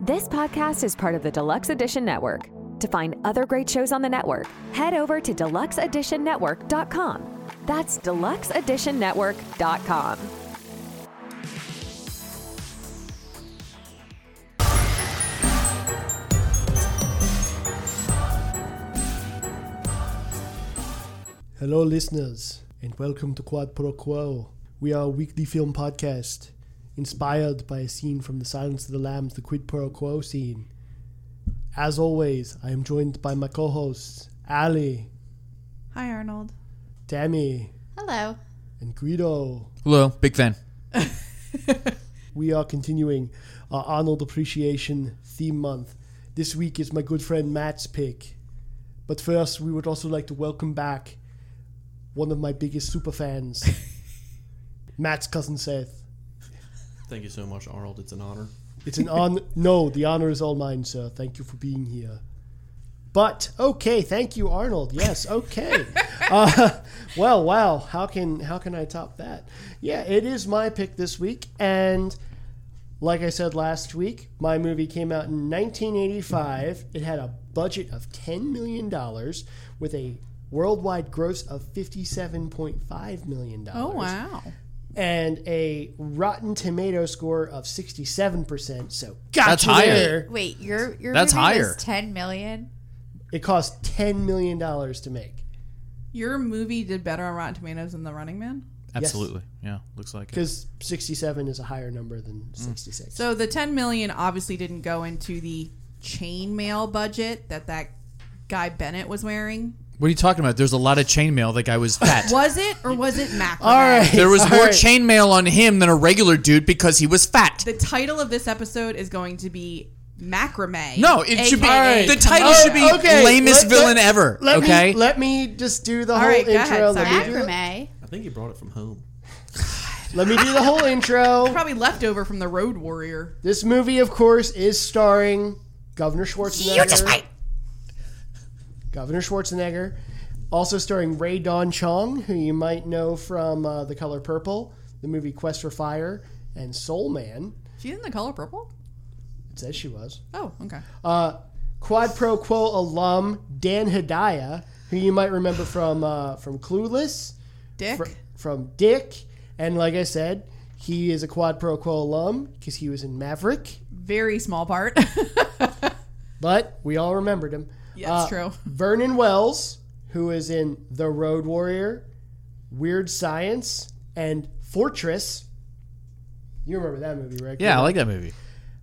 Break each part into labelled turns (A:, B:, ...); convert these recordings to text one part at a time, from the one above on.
A: This podcast is part of the Deluxe Edition Network. To find other great shows on the network, head over to deluxeeditionnetwork.com. That's deluxeeditionnetwork.com.
B: Hello, listeners, and welcome to Quad Pro Quo. We are a weekly film podcast inspired by a scene from The Silence of the Lambs, the Quid Pro Quo scene. As always, I am joined by my co hosts, Ali,
C: Hi, Arnold.
B: Tammy,
C: Hello.
B: and Guido.
D: Hello, big fan.
B: We are continuing our Arnold Appreciation Theme Month. This week is my good friend Matt's pick. But first, we would also like to welcome back one of my biggest super fans, Matt's cousin Seth.
E: Thank you so much, Arnold. It's an honor.
B: It's an honor. no, the honor is all mine, sir. Thank you for being here. But okay, thank you, Arnold. Yes, okay. uh, well, wow. How can how can I top that? Yeah, it is my pick this week, and like I said last week, my movie came out in 1985. It had a budget of 10 million dollars with a worldwide gross of 57.5 million dollars
C: Oh, wow.
B: and a Rotten Tomato score of 67%. So got
D: That's
B: you
D: higher.
B: there.
F: Wait, your your
D: That's
F: movie
D: higher.
F: was ten million.
B: It cost $10 million to make.
C: Your movie did better on Rotten Tomatoes than The Running Man.
D: Absolutely. Yeah, looks like it.
B: Because 67 is a higher number than 66.
C: So the 10 million obviously didn't go into the chainmail budget that that guy Bennett was wearing.
D: What are you talking about? There's a lot of chainmail. That guy was fat.
C: Was it or was it macrame?
B: all right.
D: There was
B: all
D: more
B: right.
D: chainmail on him than a regular dude because he was fat.
C: The title of this episode is going to be macrame.
D: No, it should be
C: AKA
D: the title
C: tomato.
D: should be
B: okay,
D: lamest
B: let-
D: villain
B: let-
D: ever.
B: Let
D: okay,
B: Me, let me just do the whole
C: right, go
B: intro.
C: ahead,
B: let,
C: sorry.
B: me do, the-
F: Macrame.
E: I think you brought it from home.
B: let me do the whole intro.
C: Probably leftover from the Road Warrior.
B: This movie, of course, is starring Governor Schwarzenegger. You're just right. Governor Schwarzenegger. Also starring Ray Don Chong, who you might know from uh, The Color Purple, the movie Quest for Fire, and Soul Man.
C: She's in the color purple?
B: It says she was.
C: Oh, okay.
B: Quad Pro Quo alum Dan Hedaya, who you might remember from uh, from Clueless,
C: Dick.
B: fr- from Dick, and like I said, he is a Quad Pro Quo alum because he was in Maverick.
C: Very small part.
B: But we all remembered him. Uh,
C: yeah, it's true.
B: Vernon Wells, who is in The Road Warrior, Weird Science, and Fortress. You remember that movie, right?
D: yeah, I like that movie.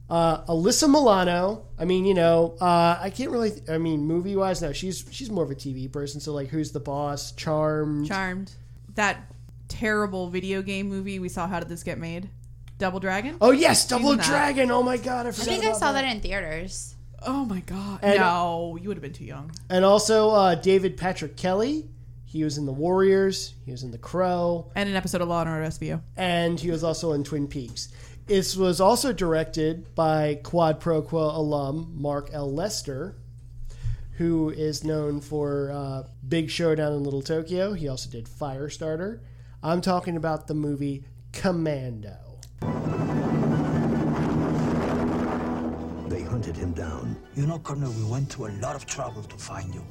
B: Uh, Alyssa Milano. I mean, you know, uh, I can't really. I mean, movie wise, no, she's she's more of a TV person. So like, who's the boss? Charmed.
C: Charmed. That terrible video game movie we saw. How did this get made? Double Dragon.
B: oh yes, Double
C: in that.
B: Dragon. Oh my God, I
F: I
B: forgot.
F: think I
B: about
F: saw that in theaters.
C: Oh my god!
B: And-
C: no, you would have been too young.
B: And also uh, David Patrick Kelly. He was in The Warriors. He was in The Crow,
C: And an episode of Law and Order SVU.
B: and he was also in Twin Peaks. This was also directed by Quad Pro Quo alum Mark L. Lester, who is known for uh, Big Showdown in Little Tokyo. He also did Firestarter. I'm talking about the movie Commando.
G: They hunted him down.
H: You know, Colonel, we went to a lot of trouble to find you.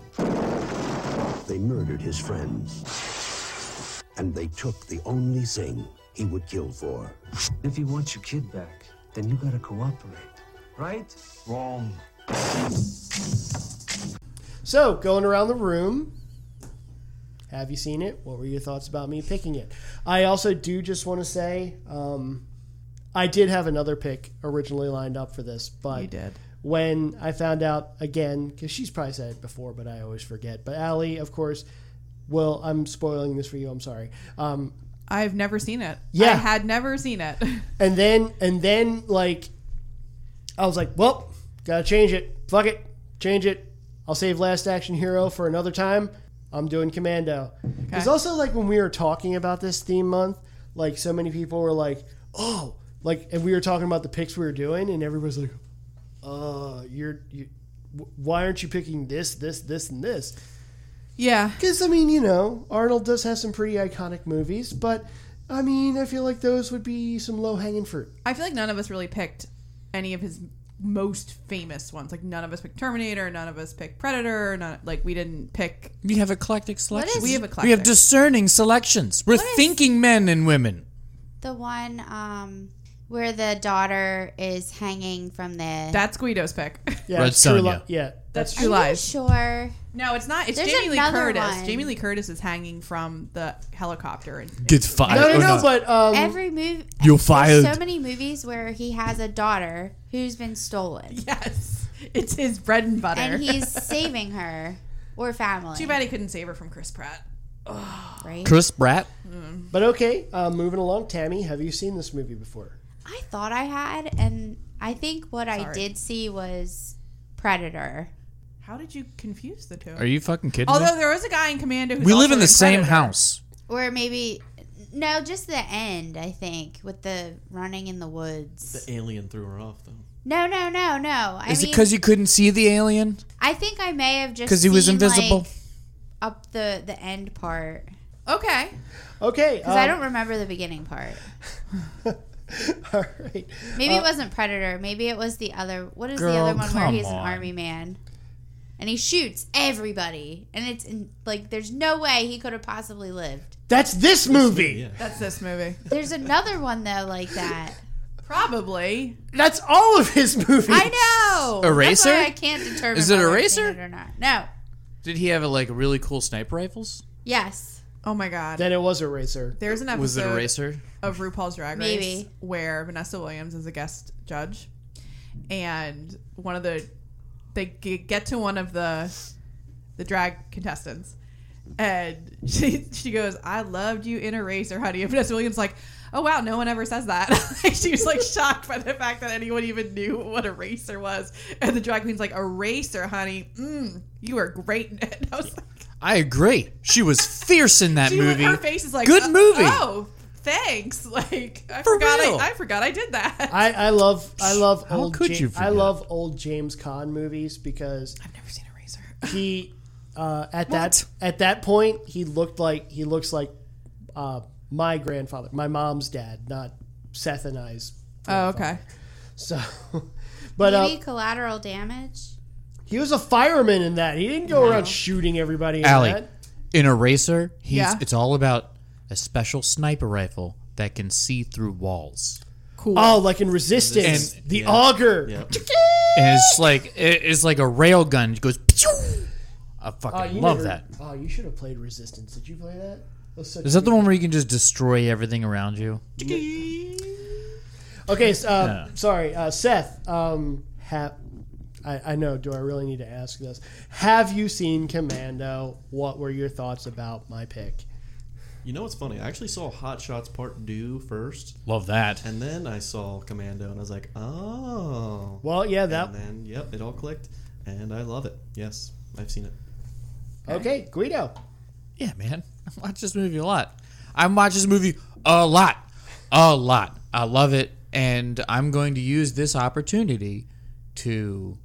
G: They murdered his friends. And they took the only thing he would kill for.
H: If you want your kid back, then you gotta cooperate. Right? Wrong.
B: So, going around the room, have you seen it? What were your thoughts about me picking it? I also do just want to say um, I did have another pick originally lined up for this, but
C: You did.
B: when I found out again, because she's probably said it before, but I always forget. But Allie, of course, well, I'm spoiling this for you. I'm sorry. Um,
C: I've never seen it.
B: Yeah.
C: I had never seen it.
B: and then, and then, like, I was like, well, gotta change it. Fuck it, change it. I'll save Last Action Hero for another time. I'm doing Commando. It's also like when we were talking about this theme month, like so many people were like, oh, like, and we were talking about the picks we were doing, and everybody's like, uh, you're you. wh- Why aren't you picking this, this, this, and this?
C: yeah,
B: Because I mean, you know, Arnold does have some pretty iconic movies, but I mean, I feel like those would be some low hanging fruit.
C: I feel like none of us really picked any of his most famous ones. Like none of us picked Terminator, none of us picked Predator, none like we didn't pick
D: We have eclectic selections.
F: is- We
C: have
D: We have
C: eclectic.
D: discerning selections. We're
F: is-
D: thinking men and women.
F: The one um, where the daughter is hanging from the.
C: that's Guido's pick.
B: Yeah,
D: Red
B: it's True Li-
D: Sonja.
B: yeah, that's
C: True
F: Are you
C: Lies.
F: sure?
C: No, it's not. It's
F: There's
C: Jamie Lee
F: another
C: Curtis.
F: one.
C: Jamie Lee Curtis is hanging from the helicopter. And,
D: Get fired.
B: no, no, no. But um,
F: Every movie.
D: You're
F: There's
D: fired.
F: so many movies where he has a daughter who's been stolen,
C: yes, it's his bread and butter.
F: and he's saving her or family.
C: Too bad he couldn't save her from Chris Pratt.
F: right?
D: Chris Bratt.
B: but okay. Uh, moving along, Tammy, have you seen this movie before?
F: I thought I had, and I think what I
C: Sorry.
F: did see was Predator.
C: How did you confuse the two?
D: Are you fucking kidding me?
C: Although there was a guy in Commando. Who's
D: We live
C: also
D: in the same
C: Predator.
D: house.
F: Or maybe no, just the end. I think with the running in the woods.
E: The alien threw her off, though.
F: No, no, no, no. I
D: Is it
F: mean,
D: because you couldn't see the alien?
F: I think I may have just
D: 'Cause he was
F: seen,
D: invisible?
F: like, up the the end part
C: Okay.
B: Okay,
F: because
D: Oh.
F: I
B: um,
F: don't remember the beginning part.
B: All right.
F: Maybe it wasn't Predator. Maybe it was the other. What is the
D: Oh. Girl,
F: other one where
D: come
F: he's
D: on.
F: an army man? And he shoots everybody, and it's in, like there's no way he could have possibly lived.
B: That's this movie.
E: Yeah.
C: That's this movie.
F: There's another one though like that.
C: Probably.
B: That's all of his movies.
F: I know. That's why
D: Eraser?
F: I can't determine.
D: Is it
F: whether I've seen
D: Eraser?
F: it or not? No.
D: Did he have like really cool sniper rifles?
F: Yes.
C: Oh my god.
B: Then it was Eraser.
C: There's an episode
D: Was it a racer?
C: of RuPaul's Drag Race
F: Maybe.
C: where Vanessa Williams is a guest judge, and one of the they g- get to one of the the drag contestants, and she she goes, "I loved you in Eraser, honey." And Vanessa Williams is like. Oh wow! No one ever says that. Like, she was like shocked by the fact that anyone even knew what a racer was, and the drag queen's like, "A racer, honey, mm, you are great." in it." I was like,
D: I agree. She was fierce in that
C: she,
D: movie.
C: Her face is like
D: Good
C: "Uh,
D: movie.
C: Oh, thanks. Like I
D: For
C: forgot.
D: real.
C: I, I forgot I did that.
B: I, I love I love
D: How
B: old
D: could
B: Ja-
D: you
B: I
D: forget?
B: love old James Caan movies because
C: I've never seen a razor.
B: he uh, at that at that point he looked like he looks like uh, my grandfather, my mom's dad, not Seth and I's.
C: Oh, okay.
B: So, but
F: Maybe
B: uh,
F: collateral damage.
B: he was a fireman in that. He didn't go around shooting everybody. In
D: Allie,
B: that.
D: in Eraser, he's
C: Yeah.
D: it's all about a special sniper rifle that can see through walls.
C: Cool.
B: Oh, like in Resistance,
D: And-
B: the auger.
D: And it's like it- it's like a rail gun. It goes. "Pshoo!" I
B: Oh,
D: fucking
B: you
D: love
B: never-
D: that.
B: Oh, you should have played Resistance. Did you play that? That was such
D: Is
B: a
D: that the one where you can just destroy everything around you?
B: Okay, so, uh, sorry, uh, Seth. Um, ha- I, I know. Do I really need to ask this? Have you seen Commando? What were your thoughts about my pick?
E: You know what's funny? I actually saw Hot Shots Part 2 first,
D: Love that.
E: and then I saw Commando, and I was like, oh.
B: Well, yeah, that.
E: And then, yep, it all clicked, and I love it. Yes, I've seen it.
B: Okay, Guido.
D: Yeah, man. I watch this movie a lot. I watch this movie a lot. A lot. I love it. And I'm going to use this opportunity to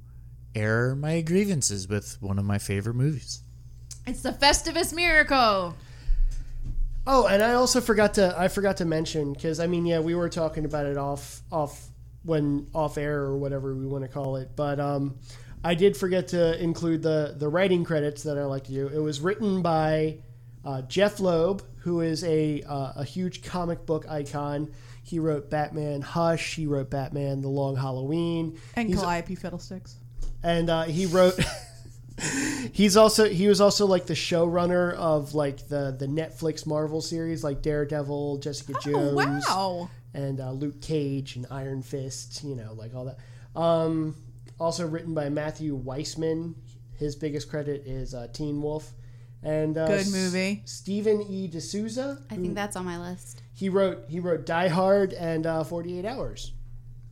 D: air my grievances with one of my favorite movies.
C: it's the Festivus miracle.
B: Oh, and I also forgot to I forgot to mention because I mean, yeah, we were talking about it off off when off air or whatever we want to call it, but um, I did forget to include the the writing credits that I like to do. It was written by uh, Jeff Loeb, who is a uh, a huge comic book icon. He wrote Batman Hush. He wrote Batman The Long Halloween,
C: And
B: He's-
C: Calliope Fiddlesticks.
B: and uh, he wrote. he's also he was also like the showrunner of like the the Netflix Marvel series like Daredevil, Jessica
C: Oh,
B: Jones,
C: wow.
B: and uh, Luke Cage and Iron Fist. You know, like all that. Um, also written by Matthew Weissman. His biggest credit is uh, Teen Wolf. And uh,
C: Good
B: S-
C: movie.
B: Stephen E. D'Souza.
F: I
C: Mm.
F: think that's on my list.
B: He wrote he wrote Die Hard and uh, Forty Eight Hours.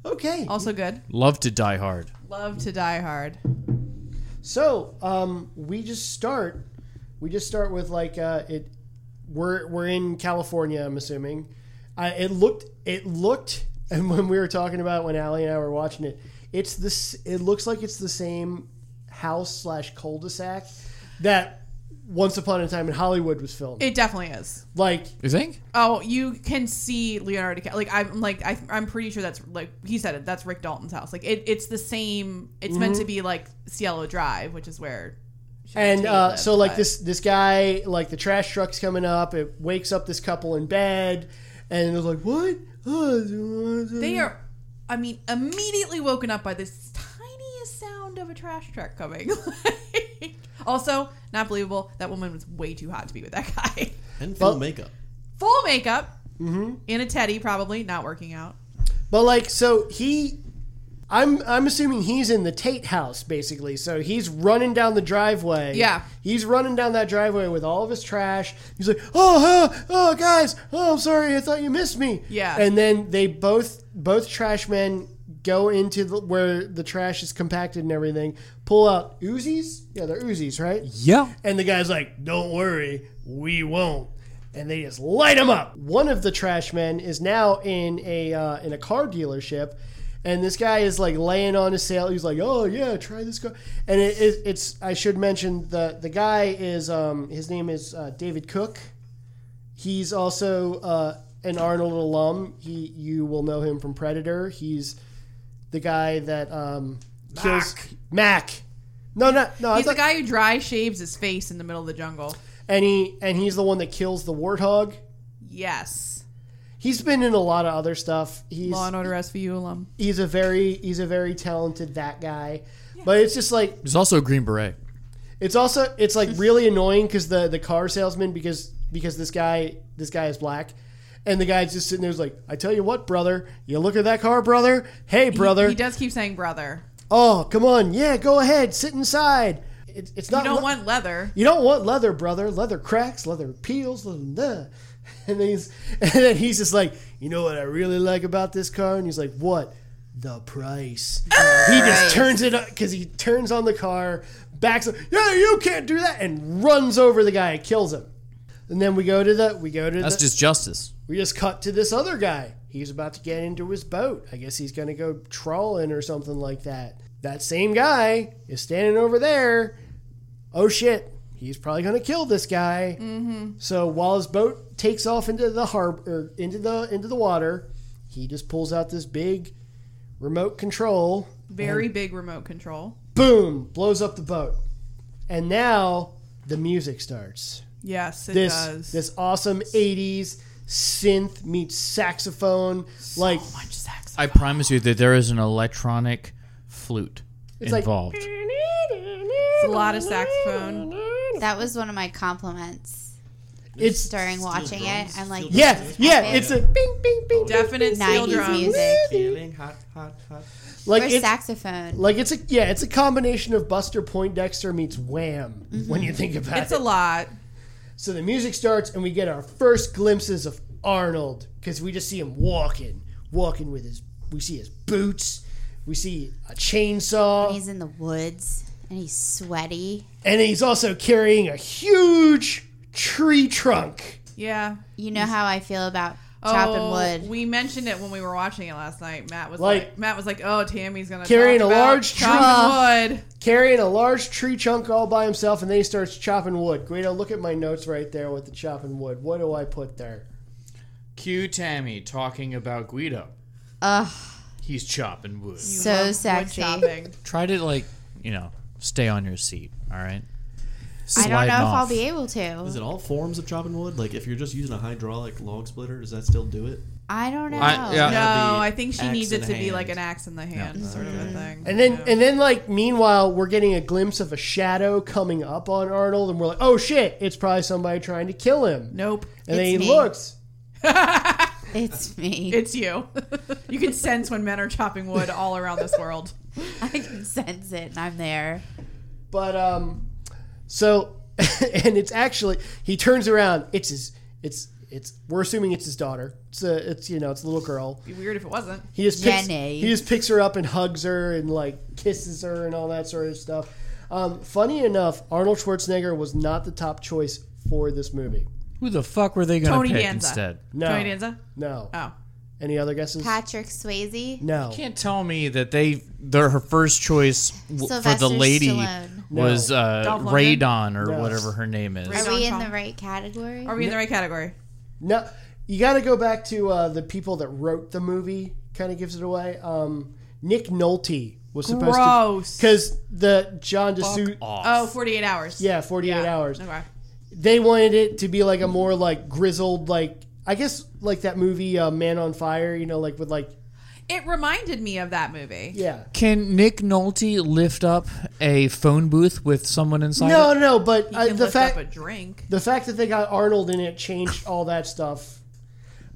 B: Okay.
C: Also good.
D: Love to Die Hard.
C: Love to Die Hard.
B: So um, we just start. We just start with like uh, it. We're we're in California. I'm assuming. I, it looked it looked, and when we were talking about it, when Allie and I were watching it, it's this. It looks like it's the same house slash cul-de-sac that Once Upon a Time in Hollywood was filmed.
C: It definitely is.
B: like,
D: You think?
C: Oh, you can see Leonardo DiCaprio. Like I'm like I, I'm pretty sure that's like he said it. That's Rick Dalton's house. Like it, it's the same. It's meant
D: Mm-hmm.
C: to be like Cielo Drive, which is where.
B: and
C: Tate
B: uh,
C: lived,
B: so like
C: but-
B: this this guy like the trash truck's coming up. It wakes up this couple in bed, and they're like, "What?" Oh,
C: They
B: Mm.
C: are, I mean, immediately woken up by this tiniest sound of a trash truck coming. also, not believable. That woman was way too hot to be with that guy.
E: And full makeup.
C: Full makeup.
B: Mm-hmm.
C: In a teddy, probably not working out.
B: But like, so he, I'm I'm assuming he's in the Tate house basically. So he's running down the driveway.
C: Yeah.
B: he's running down that driveway with all of his trash. He's like, oh, oh, oh, guys, oh, I'm sorry, I thought you missed me.
C: Yeah.
B: and then they both both trash men go into the, where the trash is compacted and everything. Pull out Uzis. Yeah, they're Uzis, right?
D: Yeah.
B: And the guy's like, don't worry, we won't. And they just light him up. One of the trash men is now in a uh, in a car dealership, and this guy is like laying on his sale. He's like, "Oh yeah, try this car." And it, it, it's I should mention the the guy is um, his name is uh, David Cook. He's also uh, an Arnold alum. He you will know him from Predator. He's the guy that um, kills Mac. No, no, no. I
C: He's
B: thought-
C: the guy who dry shaves his face in the middle of the jungle.
B: and he and he's the one that kills the warthog.
C: Yes.
B: He's been in a lot of other stuff. He's
C: Law and Order SVU alum.
B: he's a very he's a very talented that guy. But it's just like
D: There's also a Green Beret.
B: it's also it's like really annoying because the the car salesman because because this guy this guy is black, and the guy's just sitting there's like I tell you what brother you look at that car brother hey brother
C: He does keep saying brother.
B: oh come on yeah go ahead sit inside it, it's not
C: You don't
B: le-
C: want leather.
B: you don't want leather, brother. Leather cracks, leather peels, leather. Nah. And then he's and then he's just like, you know what I really like about this car? And he's like, what? The price. he just turns it up because he turns on the car, backs up. Yeah, you can't do that, and runs over the guy, kills him. And then we go to the we go to
D: That's
B: the,
D: just justice.
B: we just cut to this other guy. He's about to get into his boat. I guess he's going to go trawling or something like that. That same guy is standing over there. Oh shit, he's probably going to kill this guy. Mm-hmm. So while his boat takes off into the harbor, into the into the water, he just pulls out this big remote control.
C: Very big remote control.
B: Boom, blows up the boat, and now the music starts
C: Yes, it
B: this
C: does.
B: this awesome 80s synth meets saxophone like
C: Much sex.
D: I promise you that there is an electronic flute
B: It's like-
D: involved.
C: It's a lot of saxophone.
F: That was one of my compliments
B: it's
F: during watching it. I'm like,
B: yeah yeah it's a bing bing bing
C: Definite steel
F: 90s
C: drums.
F: music.
E: Feeling hot, hot, hot.
B: like
F: Or
B: it's
F: saxophone.
B: like it's a yeah it's a combination of Buster Poindexter meets Wham when you think about
C: Mm-hmm. It's
B: it
C: a lot.
B: so the music starts and we get our first glimpses of Arnold because we just see him walking walking with his we see his boots we see a chainsaw
F: He's in the woods and he's sweaty.
B: and he's also carrying a huge tree trunk
C: Yeah.
F: You know how I feel about chopping wood.
C: Oh, We mentioned it when we were watching it last night. Matt was
B: Like-
C: like, Matt was like, "Oh, Tammy's gonna
B: Carrying
C: talk
B: a
C: about
B: large
C: chopping wood."
B: carrying a large tree chunk all by himself, and then he starts chopping wood. Guido, look at my notes right there with the chopping wood. What do I put there?
D: Cue Tammy talking about Guido.
F: Ugh,
D: He's chopping wood.
C: Love
F: so
C: wood
F: sexy. I
C: chopping.
D: Try to like, you know, stay on your seat. All right.
F: don't know if I'll be able
E: Is
F: to.
E: it all forms of chopping wood? Like if you're just using a hydraulic log splitter, does that still do it?
F: I don't know.
D: I- yeah.
E: That'd
C: No,
E: be
C: Um, I think she
E: axe
C: needs
E: in
C: it to be
E: hand.
C: like an axe in the hand, sort of a thing.
B: And then,
C: Yeah.
B: and then, like meanwhile, we're getting a glimpse of a shadow coming up on Arnold, and we're like, "Oh shit! It's probably somebody trying to kill him."
C: nope,
B: and then he
F: It's me.
B: looks.
F: It's me.
C: it's you. you can sense when men are chopping wood all around this world.
F: I can sense it and I'm there.
B: But um, so and it's actually he turns around. It's his. It's it's. We're assuming it's his daughter. It's a. It's you know. It's a little girl.
C: It'd be weird if it wasn't.
B: He just picks,
F: Jenny.
B: he just picks her up and hugs her and like kisses her and all that sort of stuff. Um, funny enough, Arnold Schwarzenegger was not the top choice for this movie.
D: Who the fuck were they going
C: Tony
D: to pick
C: Danza.
D: instead?
B: No,
C: Tony Danza.
B: no.
C: Oh,
B: Any other guesses?
F: Patrick Swayze.
B: no.
D: You can't tell me that they their her first choice w- for
F: Sylvester
D: the lady
F: Stallone.
D: was uh,
C: Dolph Lundgren?
D: Radon or
B: Yes.
D: whatever her name is.
C: Radon.
F: Are we in
C: Tom.
F: the right category?
C: Are we in the right category?
B: No, you got to go back to uh, the people that wrote the movie. Kind of gives it away. Um, Nick Nolte was supposed
C: Gross.
B: to because the John DeSue.
C: Oh, 48 hours.
B: Yeah, forty eight
C: Yeah.
B: hours.
C: Okay.
B: They wanted it to be like a more like grizzled like I guess like that movie uh, Man on Fire. You know, like with like
C: It reminded me of that movie.
B: yeah.
D: Can Nick Nolte lift up a phone booth with someone inside?
B: No,
D: it?
B: no, but
C: You
B: uh,
C: can
B: the
C: lift
B: fact
C: up a drink.
B: the fact that they got Arnold in it changed all that stuff.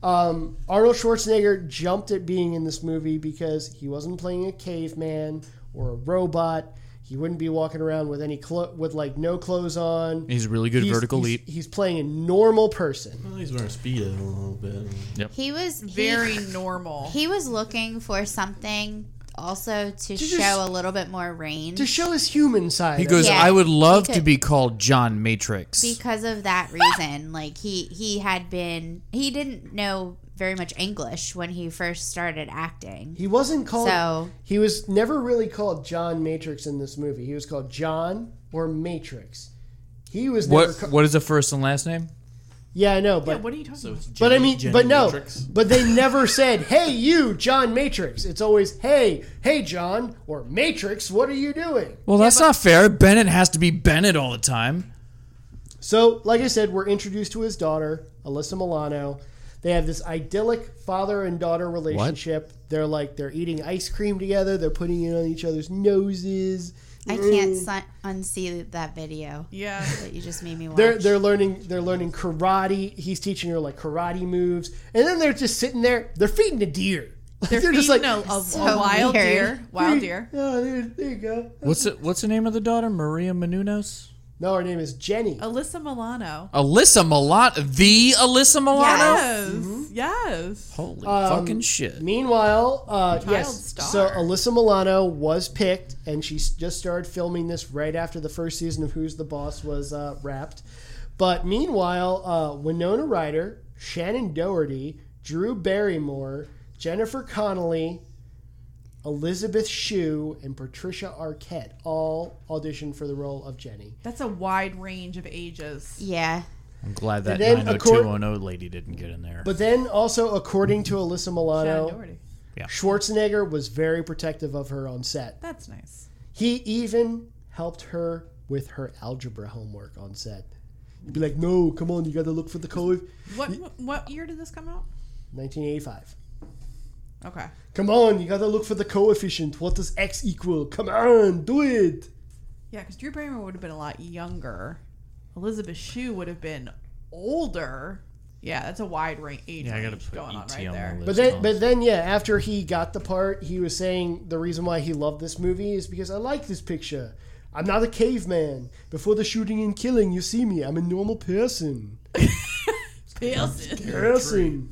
B: Um, Arnold Schwarzenegger jumped at being in this movie because he wasn't playing a caveman or a robot. He wouldn't be walking around with any clo- with like no clothes on.
D: He's a really good vertical
B: he's,
D: leap.
B: He's playing a normal person.
E: Well, he's wearing speedo a little bit.
F: He was he-
C: Very normal.
F: He was looking for something also to show
B: just-
F: a little bit more range
B: To show his human side.
D: He goes,
F: Yeah,
D: I would love
F: he
D: to
F: could-
D: be called John Matrix.
F: because of that reason. like he he had been he didn't know very much English when he first started acting.
B: he wasn't called.
F: So-
B: He was never really called John Matrix in this movie. He was called John or Matrix. He was never.
D: what
B: ca-
D: What is the first and last name?
B: yeah, I know, but
C: yeah, what are you talking
E: So
C: about?
E: it's
B: But I
E: Jenny-
B: mean,
E: Jenny
B: but no,
E: Matrix.
B: but they never said, "Hey, you, John Matrix." It's always, "Hey, hey, John," or "Matrix, what are you doing?"
D: Well, that's not fair. Bennett has to be Bennett all the time.
B: So, like I said, we're introduced to his daughter, Alyssa Milano. They have this idyllic father and daughter relationship. They're like they're eating ice cream together. They're putting it on each other's noses.
F: I can't
B: Mm.
F: si- unsee that video
C: Yeah.
F: that you just made me watch.
B: They're they're learning they're learning karate. He's teaching her like karate moves, and then they're just sitting there. They're feeding a deer.
C: They're,
B: just
C: feeding
B: like,
C: a, a, a
F: So
C: wild
F: weird.
C: deer. Wild deer.
B: oh, there, there you go.
D: What's it, What's the name of the daughter? Maria Menounos?
B: No, her name is Jenny.
C: Alyssa Milano.
D: Alyssa Milano? The Alyssa Milano?
C: Yes.
B: Mm-hmm.
C: Yes.
D: Holy fucking shit.
B: Meanwhile, uh, yes,
C: star.
B: so Alyssa Milano was picked, and she s- just started filming this right after the first season of Who's the Boss was uh, wrapped. But meanwhile, uh, Winona Ryder, Shannon Doherty, Drew Barrymore, Jennifer Connelly, Elizabeth Shue, and Patricia Arquette all auditioned for the role of Jenny.
C: That's a wide range of ages.
F: yeah.
D: I'm glad that
B: then,
D: 90210 lady didn't get in there.
B: But then, also according to Alyssa
C: Shannon
B: Milano,
C: Doherty.
B: Schwarzenegger was very protective of her on set.
C: That's nice.
B: He even helped her with her algebra homework on set. He'd be like, "No, come on, you got to look for the code."
C: What what year did this come out?
B: 1985.
C: Okay.
B: Come on, you got to look for the coefficient. What does x equal? Come on, do it.
C: Yeah, because Drew Barrymore would have been a lot younger. Elizabeth Shue would have been older. Yeah, that's a wide range age
D: yeah, I gotta
C: range
D: put ET
C: going
D: on,
C: on right there.
D: the
B: But
D: list.
B: then, but then, yeah. After he got the part, he was saying the reason why he loved this movie is because I like this picture. I'm not a caveman. Before the shooting and killing, you see me. I'm a normal person.
C: Pilsen.
B: Person.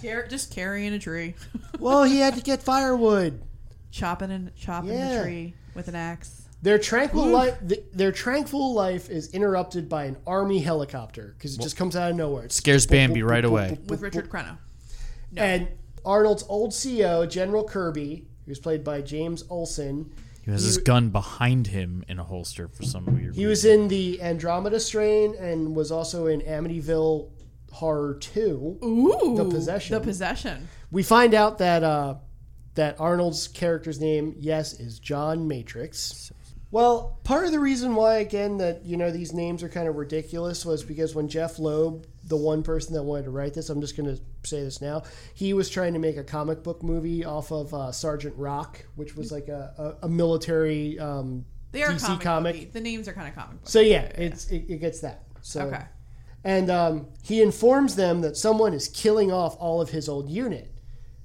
C: Car- just carrying a tree,
B: Well, he had to get firewood.
C: chopping and chopping
B: Yeah.
C: the tree with an axe.
B: Their tranquil life, their tranquil life is interrupted by an army helicopter because it just comes out of nowhere. It's
D: Scares Bambi right away.
C: With Richard Crenna.
B: and Arnold's old CO, General Kirby, who's played by James Olson,
D: He has his gun behind him in a holster for some weird
B: he was in the Andromeda Strain and was also in Amityville Horror Two.
C: Ooh,
B: The Possession.
C: The possession.
B: We find out that uh, that Arnold's character's name, yes, is John Matrix. Well, part of the reason why, again, that you know these names are kind of ridiculous was because when Jeff Loeb, the one person that wanted to write this, I'm just going to say this now, he was trying to make a comic book movie off of uh, Sergeant Rock, which was like a, a, a military um,
C: They are
B: DC
C: comic.
B: comic.
C: booky. The names are kind of comic. Book.
B: So yeah, it's it, it gets that. So
C: okay.
B: and um, he informs them that someone is killing off all of his old unit.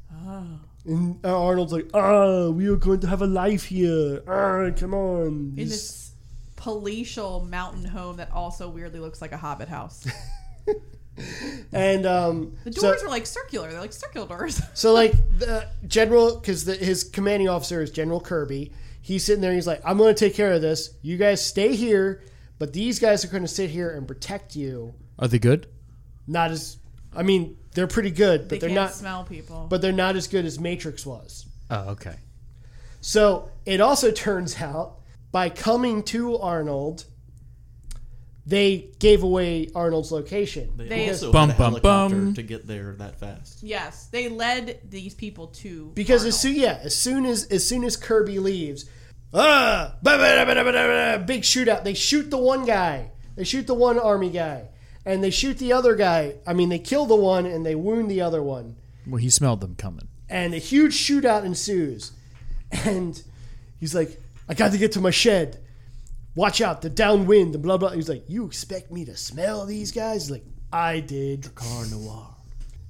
C: Ah.
B: And uh, Arnold's like, ah, we are going to have a life here. Ah, come on.
C: In
B: This-
C: this palatial mountain home that also weirdly looks like a hobbit house.
B: And um,
C: The
B: so,
C: doors are like circular. They're like circular doors.
B: so, like, the general, because his commanding officer is General Kirby. He's sitting there. He's like, I'm going to take care of this. You guys stay here, but these guys are going to sit here and protect you.
D: Are they good?
B: Not as, I mean, they're pretty good,
C: They
B: but they are
C: can't
B: not.
C: smell people.
B: But they're not as good as Matrix was.
D: Oh, okay.
B: So it also turns out by coming to Arnold, they gave away Arnold's location.
E: They,
C: They-
E: also
D: Bum,
E: had a
D: bum,
E: helicopter
D: bum.
E: to get there that fast.
C: Yes, they led these people to
B: Because
C: Arnold.
B: as soon yeah, as soon as as soon as Kirby leaves, ah, ba- ba- ba- ba- ba- ba- ba- big shootout. They shoot the one guy. They shoot the one army guy, and they shoot the other guy. I mean, they kill the one and they wound the other one,
D: Well, he smelled them coming.
B: and a huge shootout ensues. And he's like, "I got to get to my shed. Watch out, the downwind and blah blah." He's like, "You expect me to smell these guys?" He's like, I did.
E: Car Noir.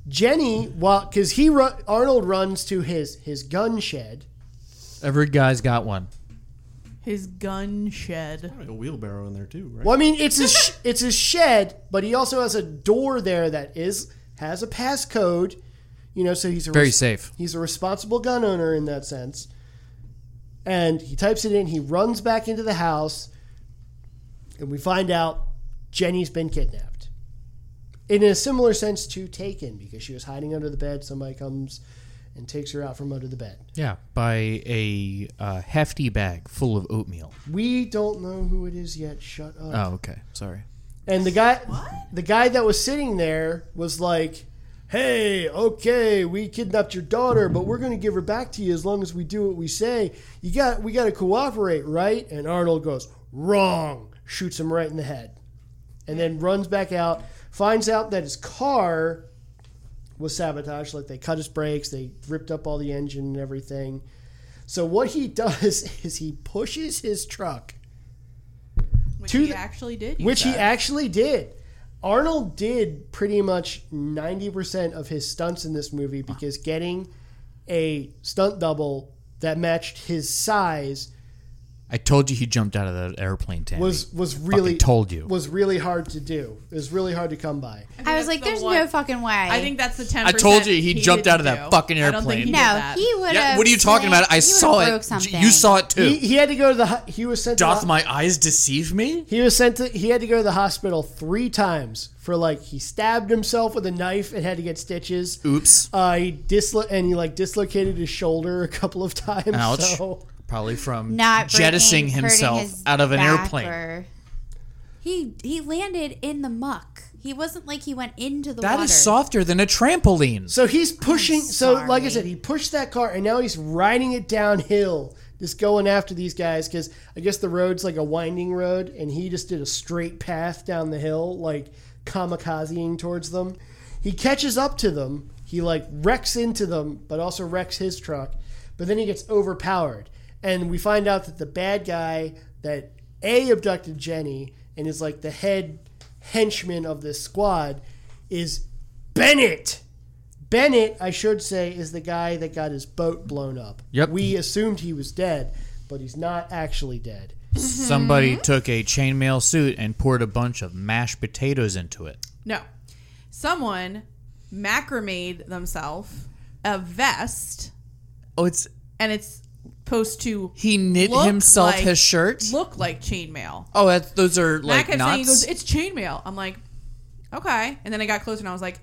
B: Jenny, while because he run, Arnold runs to his his gun shed.
D: Every guy's got one.
C: his gun shed.
E: Like a wheelbarrow in there too, right?
B: Well, I mean, it's his sh- it's his shed, but he also has a door there that is has a passcode. You know, so he's a
D: Very
B: res-
D: safe.
B: He's a responsible gun owner in that sense. And he types it in. He runs back into the house, and we find out Jenny's been kidnapped. In a similar sense to Taken, because she was hiding under the bed. Somebody comes and takes her out from under the bed.
D: Yeah, by a uh, hefty bag full of oatmeal.
B: We don't know who it is yet. Shut up.
D: Oh, okay. Sorry.
B: And the guy, the guy that was sitting there was like, "Hey, okay, we kidnapped your daughter, but we're going to give her back to you as long as we do what we say. You got, we got to cooperate, right?" And Arnold goes, "Wrong!" Shoots him right in the head, and then runs back out. Finds out that his car was sabotaged. Like they cut his brakes, they ripped up all the engine and everything. So what he does is he pushes his truck
C: Which
B: To
C: he
B: the-
C: actually did. use
B: which he
C: that.
B: actually did. Arnold did pretty much 90% of his stunts in this movie because getting a stunt double that matched his size
D: I told you he jumped out of that airplane tank.
B: was was really
D: told you.
B: was really hard to do. It was really hard to come by.
F: I was like,
C: the
F: there's
C: one-
F: no fucking way.
C: I think that's the ten.
D: I told you he jumped out of that fucking
C: I don't think
D: airplane.
C: he
F: no,
C: did that.
F: he would have.
D: yeah, what are you talking about? I saw
F: Broke
D: it.
F: something.
D: You saw it too.
B: He, he had to go to the ho- he was sent to
D: Doth
B: the-
D: my eyes deceive me?
B: He was sent to he had to go to the hospital 3 times for like he stabbed himself with a knife and had to get stitches.
D: Oops.
B: Uh, he dislo- and he like dislocated his shoulder a couple of times.
D: Ouch.
B: So
D: Probably from
F: not
D: jettisoning
F: breaking, hurting
D: himself
F: his
D: out of an
F: back
D: airplane.
F: or- He he landed in the muck. He wasn't like he went into the
D: That
F: water. Mm-hmm.
D: is softer than a trampoline.
B: So he's pushing. So, like I
F: sorry.
B: said, he pushed that car, and now he's riding it downhill, just going after these guys. Because I guess the road's like a winding road, and he just did a straight path down the hill, like kamikazing towards them. He catches up to them. He like wrecks into them, but also wrecks his truck. But then he gets overpowered, and we find out that the bad guy that a abducted Jenny and is like the head henchman of this squad is Bennett. Bennett, I should say, is the guy that got his boat blown up.
D: Yep.
B: We assumed he was dead, but he's not actually dead.
D: Somebody took a chainmail suit and poured a bunch of mashed potatoes into it.
C: No, someone macrame themselves a vest,
D: Oh, it's
C: and it's supposed to
D: he knit
C: look
D: himself
C: like-
D: his shirt.
C: look like chainmail.
D: Oh, that's, those are
C: Matt
D: like
C: kept saying, he
D: knots.
C: goes, it's chainmail. I'm like, okay. And then I got closer and I was like,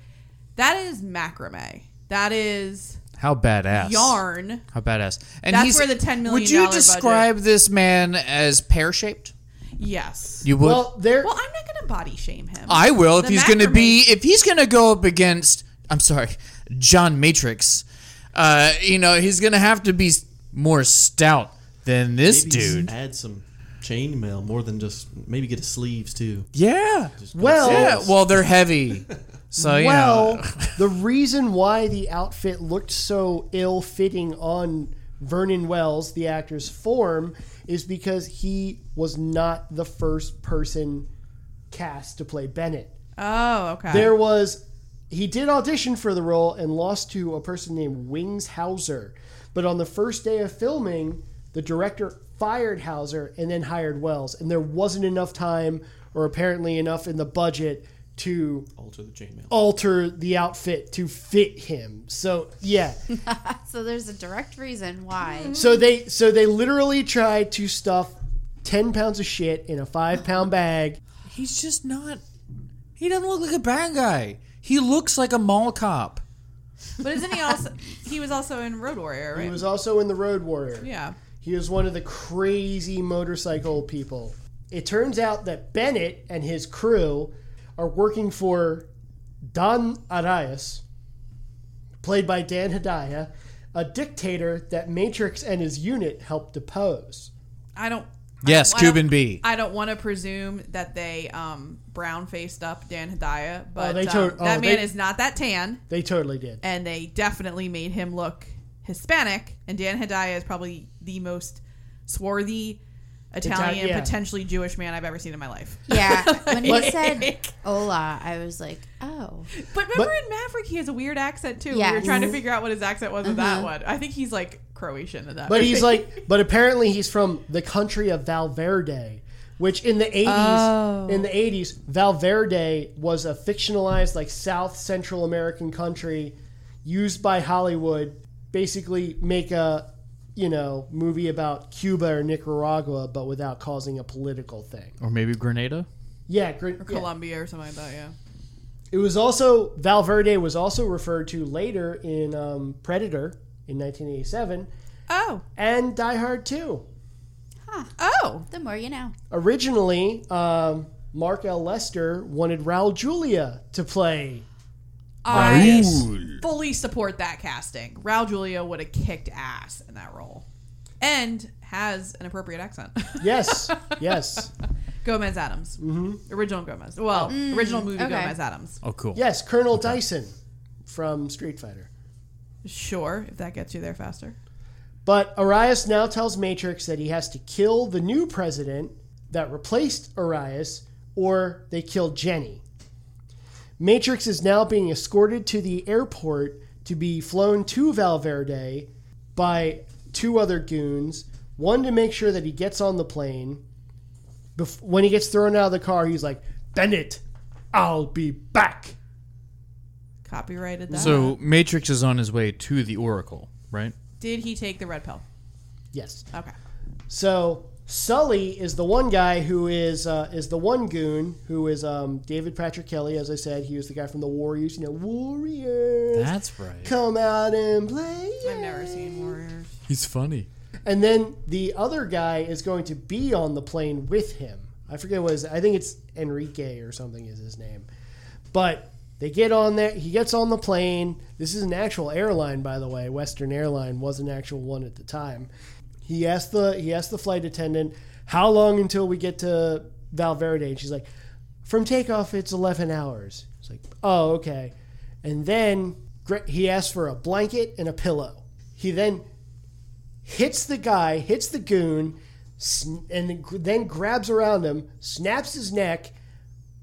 C: that is macrame. That is
D: How badass!
C: yarn.
D: How badass! And
C: That's
D: he's-
C: where the $10 million
D: Would you
C: budget-
D: describe this man as pear shaped?
C: Yes.
D: You would.
B: well, there.
C: Well, I'm not going to body shame him.
D: I will if
C: The
D: he's going to
C: macrame-
D: be if he's going to go up against. I'm sorry, John Matrix. Uh, you know he's going to have to be s- more stout than this
E: Maybe s-
D: dude.
E: Add some chainmail more than just maybe get his sleeves too.
D: Yeah.
B: well,
D: Yeah. Well, they're heavy, so you
B: well,
D: know.
B: the reason why the outfit looked so ill fitting on Vernon Wells, the actor's form, is because he was not the first person cast to play Bennett.
C: Oh, okay.
B: There was he did audition for the role and lost to a person named Wings Hauser. But on the first day of filming, the director fired Hauser and then hired Wells, and there wasn't enough time or apparently enough in the budget to
E: Alter the chainmail.
B: alter the outfit to fit him. So, yeah.
F: so there's a direct reason why.
B: So they so they literally tried to stuff 10 pounds of shit in a 5 pound bag.
D: He's just not. He doesn't look like a bad guy. He looks like a mall cop.
C: but isn't he also, he was also in Road Warrior, right?
B: He was also in the Road Warrior.
C: yeah.
B: He was one of the crazy motorcycle people. It turns out that Bennett and his crew are working for Don Arias, played by Dan Hedaya, a dictator that Matrix and his unit helped depose.
C: I don't.
D: Yes,
C: I don't-
D: Cuban B.
C: I don't want to presume that they um, brown faced up Dan Hedaya, but
B: they
C: um,
B: to- oh,
C: that man
B: they-
C: is not that tan,
B: They totally did.
C: and they definitely made him look Hispanic. And Dan Hedaya is probably the most swarthy Italian,
B: yeah.
C: potentially Jewish man I've ever seen in my life.
F: Yeah, when he said "Hola," I was like, "Oh,
C: But remember in Maverick, he has a weird accent too. We were
F: Yes.
C: trying to figure out what his accent was in that one. I think he's like Croatian in that.
B: But he's like, but apparently he's from the country of Valverde, which in the eighties,
C: Oh.
B: in the eighties, Valverde was a fictionalized like South Central American country used by Hollywood basically make a you know movie about Cuba or Nicaragua, but without causing a political thing.
D: Or maybe Grenada.
B: Yeah, gr- yeah.
C: Colombia or something like that. Yeah.
B: It was also Valverde was also referred to later in um, Predator in 1987
C: Oh,
B: and Die Hard 2.
C: oh,
F: the more you know."
B: Originally, um, Mark L. Lester wanted Raul Julia to play.
C: I fully support that casting. Raul Julia would have kicked ass in that role, and has an appropriate accent.
B: Yes, yes,
C: Gomez Adams, mm-hmm. original Gomez. Well, original movie
F: okay.
C: Gomez Adams.
D: Oh, cool.
B: yes. Colonel Dyson from Street Fighter.
C: Sure, if that gets you there faster.
B: But Arias now tells Matrix that he has to kill the new president that replaced Arias, or they kill Jenny. Matrix is now being escorted to the airport to be flown to Valverde by two other goons. One to make sure that he gets on the plane. Bef- when he gets thrown out of the car, he's like, Bennett, I'll be back.
C: Copyrighted that.
D: So Matrix is on his way to the Oracle, right?
C: did he take the red pill?
B: Yes.
C: Okay.
B: So Sully is the one guy who is uh, is the one goon who is um, David Patrick Kelly. As I said, he was the guy from the Warriors. You know, Warriors
D: That's right.
B: come out and play.
C: I've never seen Warriors.
D: He's funny.
B: And then the other guy is going to be on the plane with him. I forget what his. I think it's Enrique or something is his name. But they get on there. He gets on the plane. This is an actual airline, by the way. Western Airline was an actual one at the time. He asked the he asked the flight attendant, "How long until we get to Valverde?" And she's like, "From takeoff, it's eleven hours." It's like, "Oh, okay." And then Gre- he asked for a blanket and a pillow. He then hits the guy, hits the goon, sn- and then gr- then grabs around him, snaps his neck,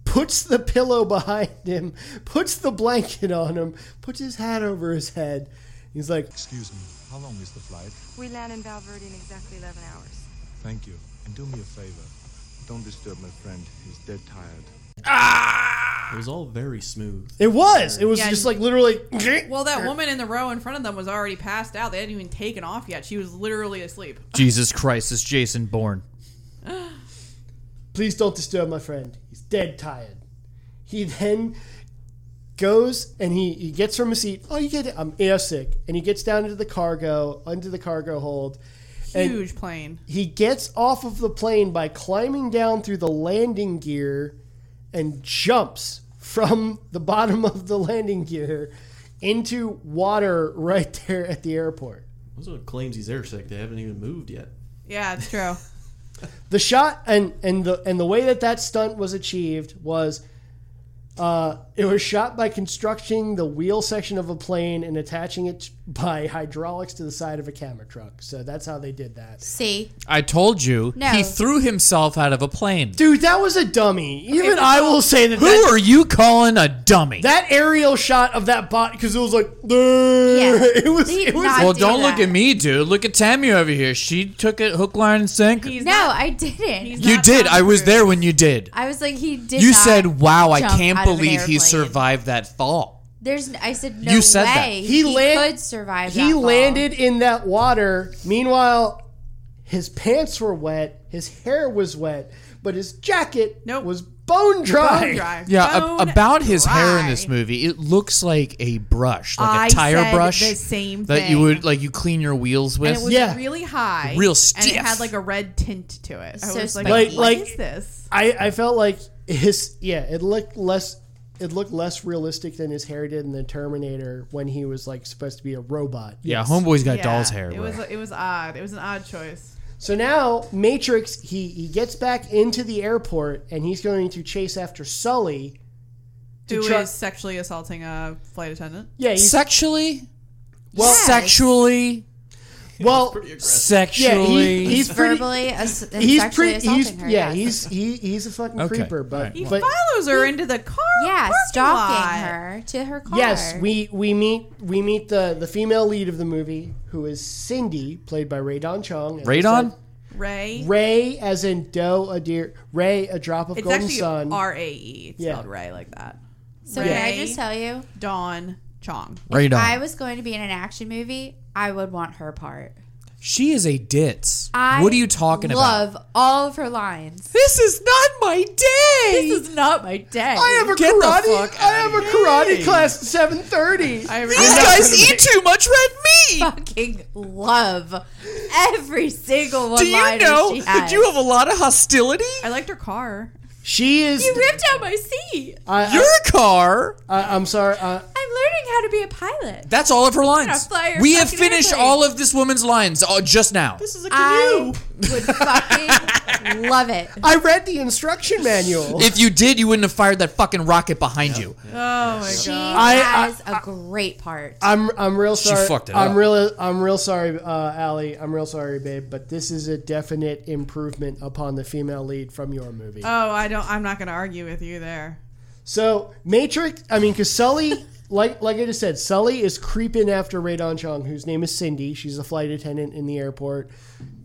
B: puts the pillow behind him, puts the blanket on him, puts his hat over his head. He's like,
I: Excuse me, how long is the flight?
J: We land in Valverde in exactly 11 hours.
I: Thank you. And do me a favor. Don't disturb my friend. He's dead tired.
E: It was all very smooth.
B: it was. It was just like literally.
C: Well, that woman in the row in front of them was already passed out. They hadn't even taken off yet. She was literally asleep.
D: Jesus Christ, it's Jason Bourne.
B: Please don't disturb my friend. He's dead tired. He then goes and he, he gets from his seat. Oh, you get it. I'm airsick. And he gets down into the cargo, under the cargo hold. And-
C: Huge plane.
B: he gets off of the plane by climbing down through the landing gear and jumps from the bottom of the landing gear into water right there at the airport.
E: Those are claims he's airsick. They haven't even moved yet.
C: Yeah, it's true.
B: The shot and and the and the way that that stunt was achieved was uh, it was shot by constructing the wheel section of a plane and attaching it by hydraulics to the side of a camera truck. So that's how they did that.
F: See,
D: I told you.
F: No.
D: He threw himself out of a plane.
B: Dude, that was a dummy. Even I will say that
D: Who
B: that-
D: are you calling a dummy?
B: That aerial shot of that bot because it was like it was
F: They
B: it was
F: not
D: well,
F: do
D: don't
F: that.
D: look at me, dude. Look at Tammy over here. She took it hook, line, and sinker.
C: He's
F: No,
C: not-
F: I didn't.
C: he's
D: You
C: not
D: did.
C: Tom
D: I was
C: Cruise.
D: there when you did.
F: I was like, he did.
D: You
F: not
D: said, "Wow, I
F: jump
D: can't
F: out of an
D: believe he
F: airplane."
D: survived that fall."
F: There's. n- I said no
D: You said
F: way.
D: that.
F: He,
B: land-
F: could survive.
B: he
F: that fall."
B: landed in that water. Meanwhile, His pants were wet. His hair was wet. But his jacket was bone dry.
C: Bone dry.
D: Yeah,
C: Bone
D: a- about his hair in
C: dry.
D: this movie, it looks like a brush, like
C: I
D: a tire
C: said
D: brush,
C: the same
D: that you
C: thing.
D: would like you clean your wheels with.
C: And it was really high,
D: Real
C: and it
D: stiff.
C: had like a red tint to it. I
F: So
C: was like,
B: like
F: spiky.
C: what
B: like
C: is this?
B: I I felt like his yeah it looked less it looked less realistic than his hair did in the Terminator when he was like supposed to be a robot.
D: yeah, homeboy's got
C: Yeah,
D: doll's hair.
C: It
D: bro.
C: was it was odd. It was an odd choice.
B: So now Matrix he he gets back into the airport and he's going to chase after Sully.
C: Who is
B: try-
C: sexually assaulting a flight attendant?
B: Yeah, he's,
D: sexually,
B: Well-
D: sexually,
B: well yeah he,
D: sexually.
B: he's pretty
F: verbally ass- and
B: he's
F: sexually
B: pretty
F: assaulting
B: he's
F: her.
B: yeah he's
F: yes.
B: he, he's a fucking
D: Okay,
B: creeper but
D: alright,
C: He
B: but
C: follows her into the car.
F: yeah,
C: parking
F: stalking
C: lot.
F: her to her car.
B: Yes, we, we meet we meet the, the female lead of the movie, who is Cindy, played by Raydon Chong. And
D: Radon?
B: it's
C: Ray.
B: like Ray, as in doe, a deer. Ray, a drop of
C: it's
B: golden
C: actually
B: sun.
C: R A E. It's
B: Yeah.
C: spelled Ray like that.
F: So
C: Ray.
F: can I just tell you,
C: Dawn Chong.
D: Radon.
F: I was going to be in an action movie. I would want her part.
D: she is a ditz.
F: I
D: what are you talking about?
F: Love all of her lines.
D: This is not my day.
F: This is not my day.
B: I have a
D: Get the
B: karate.
D: fuck
B: I have a karate class at seven thirty.
C: I
D: These
C: really
D: guys eat too much red meat.
F: fucking love every single one
D: Do you
F: liner
D: know
F: she has.
D: that you have a lot of hostility?
C: I liked her car.
B: She is.
F: You ripped out my seat.
B: I,
D: Your car.
B: I, I, am sorry. uh, I,
F: I'm learning how to be a pilot.
D: That's all of her
F: gonna
D: lines.
F: fly your
D: We have
F: fucking
D: finished
F: airplane.
D: all of this woman's lines uh, just now.
E: This is a
F: I
E: canoe.
F: would fucking love it.
B: I read the instruction manual.
D: If you did, you wouldn't have fired that fucking rocket behind you.
C: Oh my
F: She
C: god.
B: I-
F: has a great part.
B: I'm I'm real sorry.
D: fucked it
B: I'm
D: up.
B: real. I'm real sorry, uh, Allie. I'm real sorry, babe. But this is a definite improvement upon the female lead from your movie.
C: Oh, I don't. I'm not going to argue with you there.
B: So Matrix, I mean, because Sully, like like I just said, Sully is creeping after Radon Chong, whose name is Cindy. She's a flight attendant in the airport.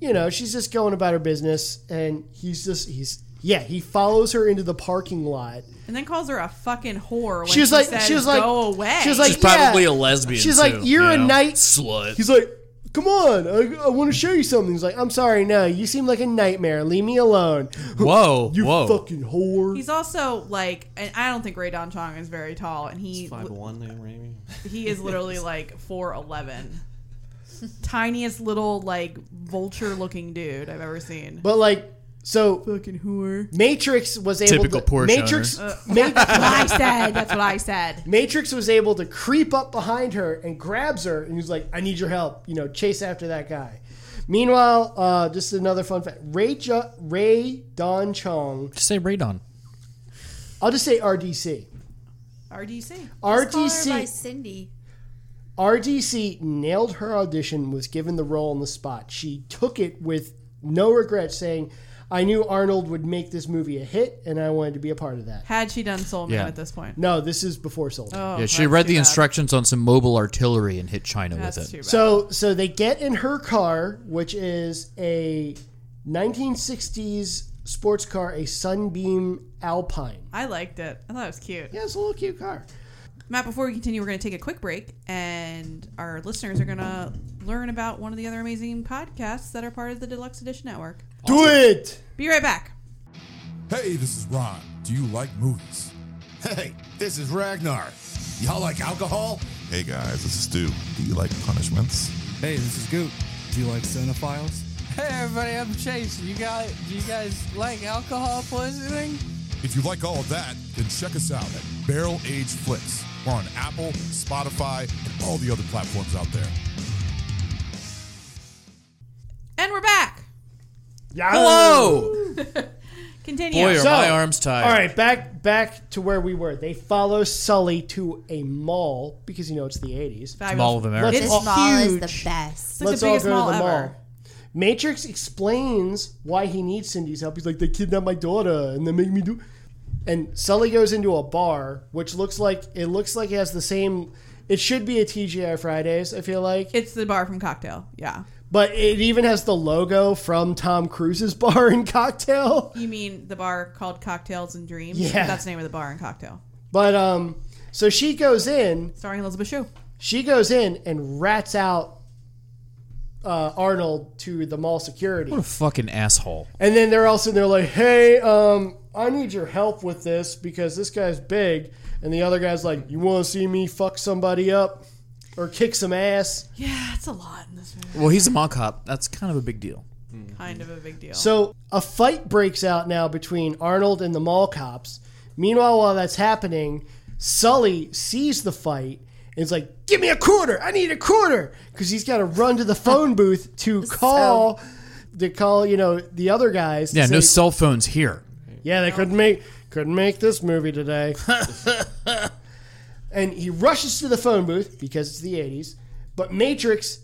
B: You know, she's just going about her business, and he's just he's yeah, he follows her into the parking lot.
C: And then calls her a fucking whore. When
B: She was
C: she
B: like-
C: says,
B: she was like-
C: go away.
B: she was like- She's probably yeah. a
D: lesbian.
B: She's like, "You're a night
D: slut."
B: He's like, "Come on, I, I want to show you something." He's like, "I'm sorry, no, you seem like a nightmare. Leave me alone,
D: Whoa,
B: you
D: whoa.
B: fucking whore."
C: He's also like, and I don't think Ray Don Chong is very tall, and he
E: Five one, they maybe.
C: He is literally like 4'11. Tiniest little, like, vulture looking dude I've ever seen.
B: but like, so
C: Fucking whore.
B: Matrix was able
D: Typical
B: to
D: Porsche
B: Matrix. Matrix
C: I said. That's what I said.
B: Matrix was able to creep up behind her and grabs her and he's like, I need your help. You know, chase after that guy. Meanwhile, uh, just another fun fact Ray, jo- Ray Don Chong,
D: Just say radon.
B: I'll just say RDC.
C: RDC.
F: Call her by
B: RDC,
F: Cindy.
B: RDC nailed her audition, was given the role on the spot. She took it with no regret, saying, I knew Arnold would make this movie a hit and I wanted to be a part of that.
C: Had she done Soul Man
D: Yeah.
C: at this point?
B: No, this is before Soul.
C: Oh,
D: yeah, she
C: that's
D: read
C: too
D: the
C: bad.
D: instructions on some mobile artillery and hit China with
C: That's
D: it.
C: too bad.
B: So so they get in her car, which is a 1960s sports car, a Sunbeam Alpine.
C: I liked it. I thought it was cute.
B: Yeah, it's a little cute car.
C: Matt, before we continue, we're going to take a quick break, and our listeners are going to learn about one of the other amazing podcasts that are part of the Deluxe Edition Network.
B: Do it.
C: Be right back.
K: Hey, this is Ron. Do you like movies? Hey, this is Ragnar. Y'all like alcohol? Hey guys, this is Stu. Do you like punishments?
I: Hey, this is Goop. Do you like cinephiles?
H: Hey everybody, I'm Chase. You got do you guys like alcohol poisoning?
K: If you like all of that, then check us out at Barrel Age Flicks. We're on Apple, Spotify, and all the other platforms out there.
C: And we're back.
D: Hello!
C: Continue.
D: Boy, are
B: So-
D: my arms tired.
B: All right, back back to where we were. They follow Sully to a mall because you know it's the 80s.
C: Fabulous.
D: Mall of America.
B: Let's
F: This
B: all-
F: mall is
C: huge.
F: the best.
C: It's like the biggest mall ever.
B: Matrix explains why he needs Cindy's help. He's like, they kidnapped my daughter and they make me do. And Sully goes into a bar, which looks like it looks like it has the same. It should be a TGI Fridays. I feel like,
C: It's the bar from Cocktail. Yeah.
B: but it even has the logo from Tom Cruise's bar and cocktail.
C: You mean the bar called Cocktails and Dreams?
B: Yeah.
C: That's the name of the bar in Cocktail.
B: But um, so she goes in.
C: Starring Elizabeth Shue.
B: She goes in and rats out uh, Arnold to the mall security.
D: What a fucking asshole.
B: And then they're also they're like, "Hey, um, I need your help with this because this guy's big." And the other guy's like, "You want to see me fuck somebody up or kick some ass?"
C: Yeah, it's a lot in this movie.
D: Well, he's a mock cop. That's kind of a big deal.
C: Kind of a big deal.
B: So a fight breaks out now between Arnold and the mall cops. Meanwhile, while that's happening, Sully sees the fight and is like, "Give me a quarter! I need a quarter!" Because he's got to run to the phone booth to call, to call you know the other guys. to
D: Yeah, no
B: say-
D: cell phones here.
B: yeah, they couldn't make couldn't make this movie today. and he rushes to the phone booth because it's the 80s. But Matrix,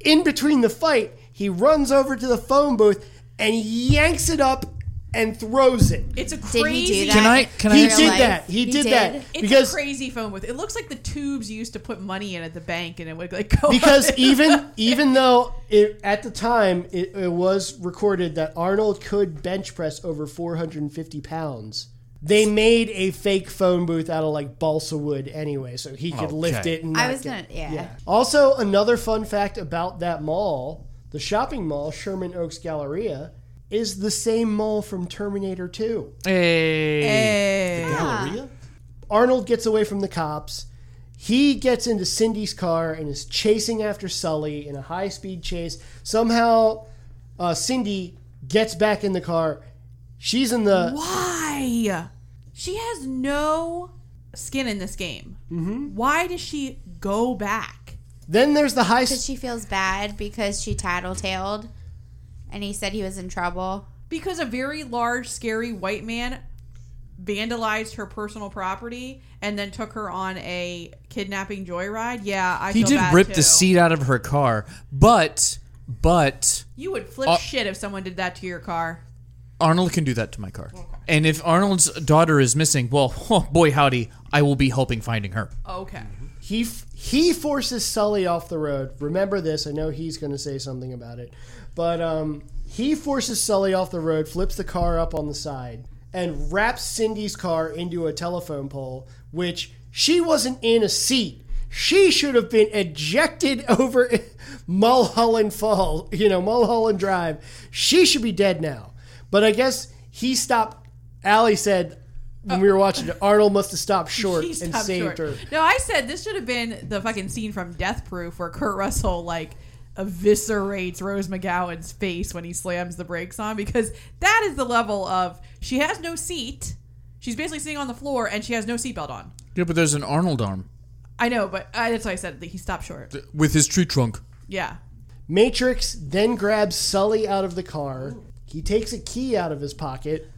B: in between the fight, he runs over to the phone booth and yanks it up and throws it.
C: It's a
F: Did he do
C: crazy.
F: that? Can I-
B: can He I- did that. He did that.
C: It's
B: Because-
C: a crazy phone booth. It looks like the tubes you used to put money in at the bank, and it would like go.
B: Because
C: up.
D: e-
B: even even though it, at the time it, it was recorded that Arnold could bench press over 450 pounds, they made a fake phone booth out of like balsa wood anyway, so he could lift
F: Okay.
B: it. And
F: I
B: not
F: was
B: get-
F: gonna- yeah.
B: Also, another fun fact about that mall, the shopping mall, Sherman Oaks Galleria, is the same mall from Terminator 2.
D: Hey.
C: Hey.
E: Galleria?
B: Arnold gets away from the cops. He gets into Cindy's car and is chasing after Sully in a high speed chase. Somehow, uh, Cindy gets back in the car. She's in the.
C: Why? She has no skin in this game. Mm-hmm. Why does she go back?
B: Then there's the high.
F: Because she feels bad because she tattletaled, and he said he was in trouble.
C: Because a very large, scary white man vandalized her personal property and then took her on a kidnapping joyride. Yeah, I
D: he
C: feel
D: did
C: bad,
D: rip
C: too.
D: the seat out of her car, but but
C: You would flip
D: Uh,
C: shit if someone did that to your car.
D: Arnold can do that to my car. And if Arnold's daughter is missing, well, oh boy howdy, I will be helping finding her.
C: Okay.
B: He f- he forces Sully off the road. Remember this. I know he's going to say something about it, but um, he forces Sully off the road, flips the car up on the side, and wraps Cindy's car into a telephone pole, which she wasn't in a seat. She should have been ejected over Mulholland Fall, you know, Mulholland Drive. She should be dead now. But I guess he stopped. Allie said when we were watching it, Arnold must have stopped short
C: She
B: and
C: stopped
B: saved
C: short.
B: her.
C: No, I said this should have been the fucking scene from Death Proof where Kurt Russell like eviscerates Rose McGowan's face when he slams the brakes on because that is the level of she has no seat. She's basically sitting on the floor and she has no seatbelt on.
D: Yeah, but there's an Arnold arm
C: I know, but uh, that's why I said that he stopped short.
D: with his tree trunk.
C: Yeah.
B: Matrix then grabs Sully out of the car. He takes a key out of his pocket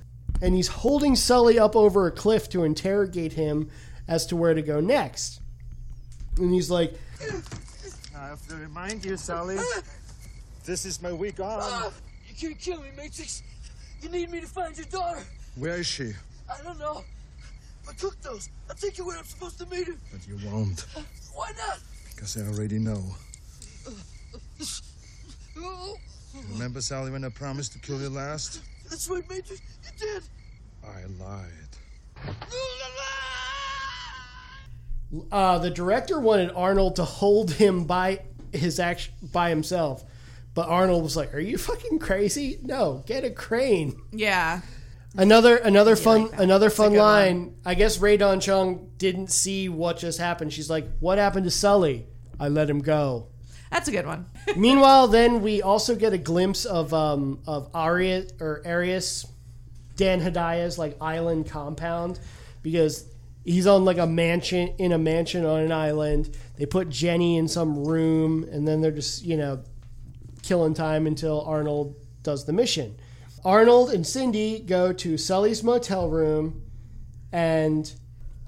B: and he's holding Sully up over a cliff to interrogate him as to where to go next. And he's like,
L: I have to remind you, Sally. this is my week off.
M: you can't kill me, Matrix. You need me to find your daughter.
I: Where is she?
M: I don't know. But cook those. I'll take you where I'm supposed to meet her.
I: But you won't,
M: Why not?
I: because I already know.
M: Oh,
I: Remember, Sally, when I promised to kill you last?
M: that's right, Matrix. You did.
I: I lied.
B: uh, the director wanted Arnold to hold him by his action by himself. But Arnold was like, "Are you fucking crazy? No, get a crane."
C: Yeah.
B: Another another fun another fun
C: good one.
B: line. I guess Radon Chung didn't see what just happened. She's like, "What happened to Sully? I let him go."
C: That's a good one.
B: Meanwhile, then we also get a glimpse of um of Aria or Arius Dan Hidaya's like island compound because he's on like a mansion in a mansion on an island. They put Jenny in some room and then they're just, you know, killing time until Arnold does the mission. Arnold and Cindy go to Sully's motel room and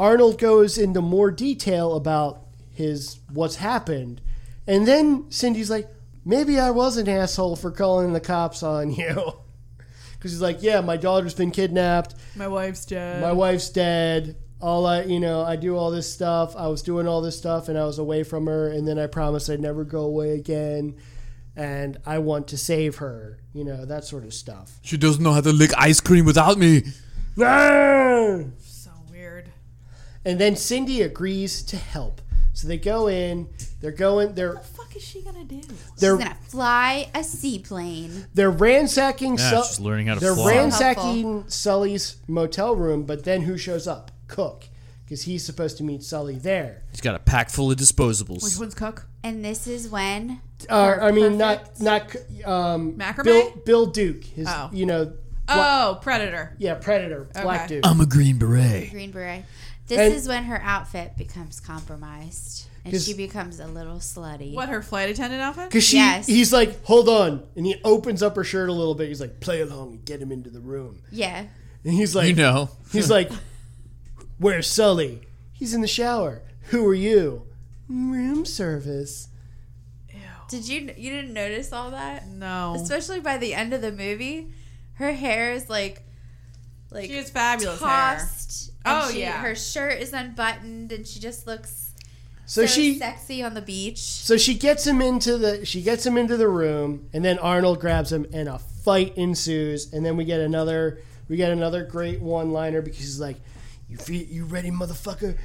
B: Arnold goes into more detail about his what's happened. And then Cindy's like, "Maybe I was an asshole for calling the cops on you." Cuz he's like, "Yeah, my daughter's been kidnapped.
C: My wife's dead.
B: My wife's dead. All I, you know, I do all this stuff. I was doing all this stuff and I was away from her and then I promised I'd never go away again and I want to save her." You know, that sort of stuff.
D: She doesn't know how to lick ice cream without me.
B: So
C: weird.
B: And then Cindy agrees to help. So they go in. They're going. They're
C: fuck is she gonna do?
B: they're
F: She's gonna fly a seaplane.
B: they're ransacking.
N: Yeah,
B: Sul-
N: she's learning how to
B: They're
N: fly.
B: ransacking Sully's motel room, but then who shows up? Cook, because he's supposed to meet Sully there.
D: He's got a pack full of disposables.
C: one's Cook?
F: And this is when.
B: Uh, I mean, not not um,
C: Macrame?
B: Bill Bill Duke. His
C: Oh.
B: you know. bla-
C: Oh, Predator.
B: Yeah, Predator. Black
F: Okay.
B: dude.
N: Um,
D: I'm a Green Beret.
F: Green Beret. This
B: And-
F: is when her outfit becomes compromised and
B: 'Cause-
F: she becomes a little slutty.
C: What her flight attendant outfit?
B: Cause she, he's like, hold on, and he opens up her shirt a little bit. He's like, play along and get him into the room.
F: Yeah.
B: And he's like,
D: You know.
B: he's like, where's Sully? He's in the shower. Who are you? Room service.
F: Did you you didn't notice all that?
C: No.
F: Especially by the end of the movie, her hair is like like
C: She has fabulous hair.
F: tossed.
C: Oh,
F: she,
C: yeah.
F: her shirt is unbuttoned and she just looks
B: So
F: so,
B: she-
F: sexy on the beach.
B: So she gets him into the she gets him into the room, and then Arnold grabs him, and a fight ensues. And then we get another we get another great one liner because he's like, "You feel, you ready, motherfucker?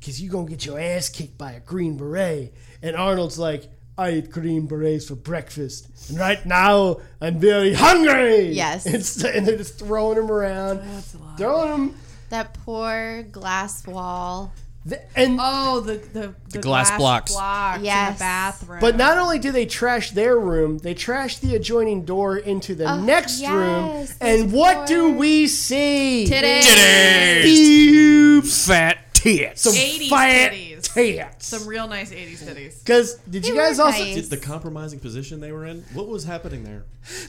B: Because you gonna get your ass kicked by a green beret." And Arnold's like, "I eat green berets for breakfast, and right now I'm very hungry."
F: Yes.
B: It's, and they're just throwing him around, throwing him.
F: That poor glass wall.
B: and
C: oh, the the,
B: the glass glass blocks.
C: blocks in
F: Yes.
C: the bathroom.
B: But not only do they trash their room, they trash the adjoining door into the
C: Oh,
B: next
C: yes,
B: room. And what do we see?
C: Titties.
B: Titties.
D: Fat tits.
B: Some
C: 80s
B: fat
C: titties.
B: tits.
C: Some real nice 80s titties.
B: Because did you guys also?
E: Did the compromising position they were in? What was happening there?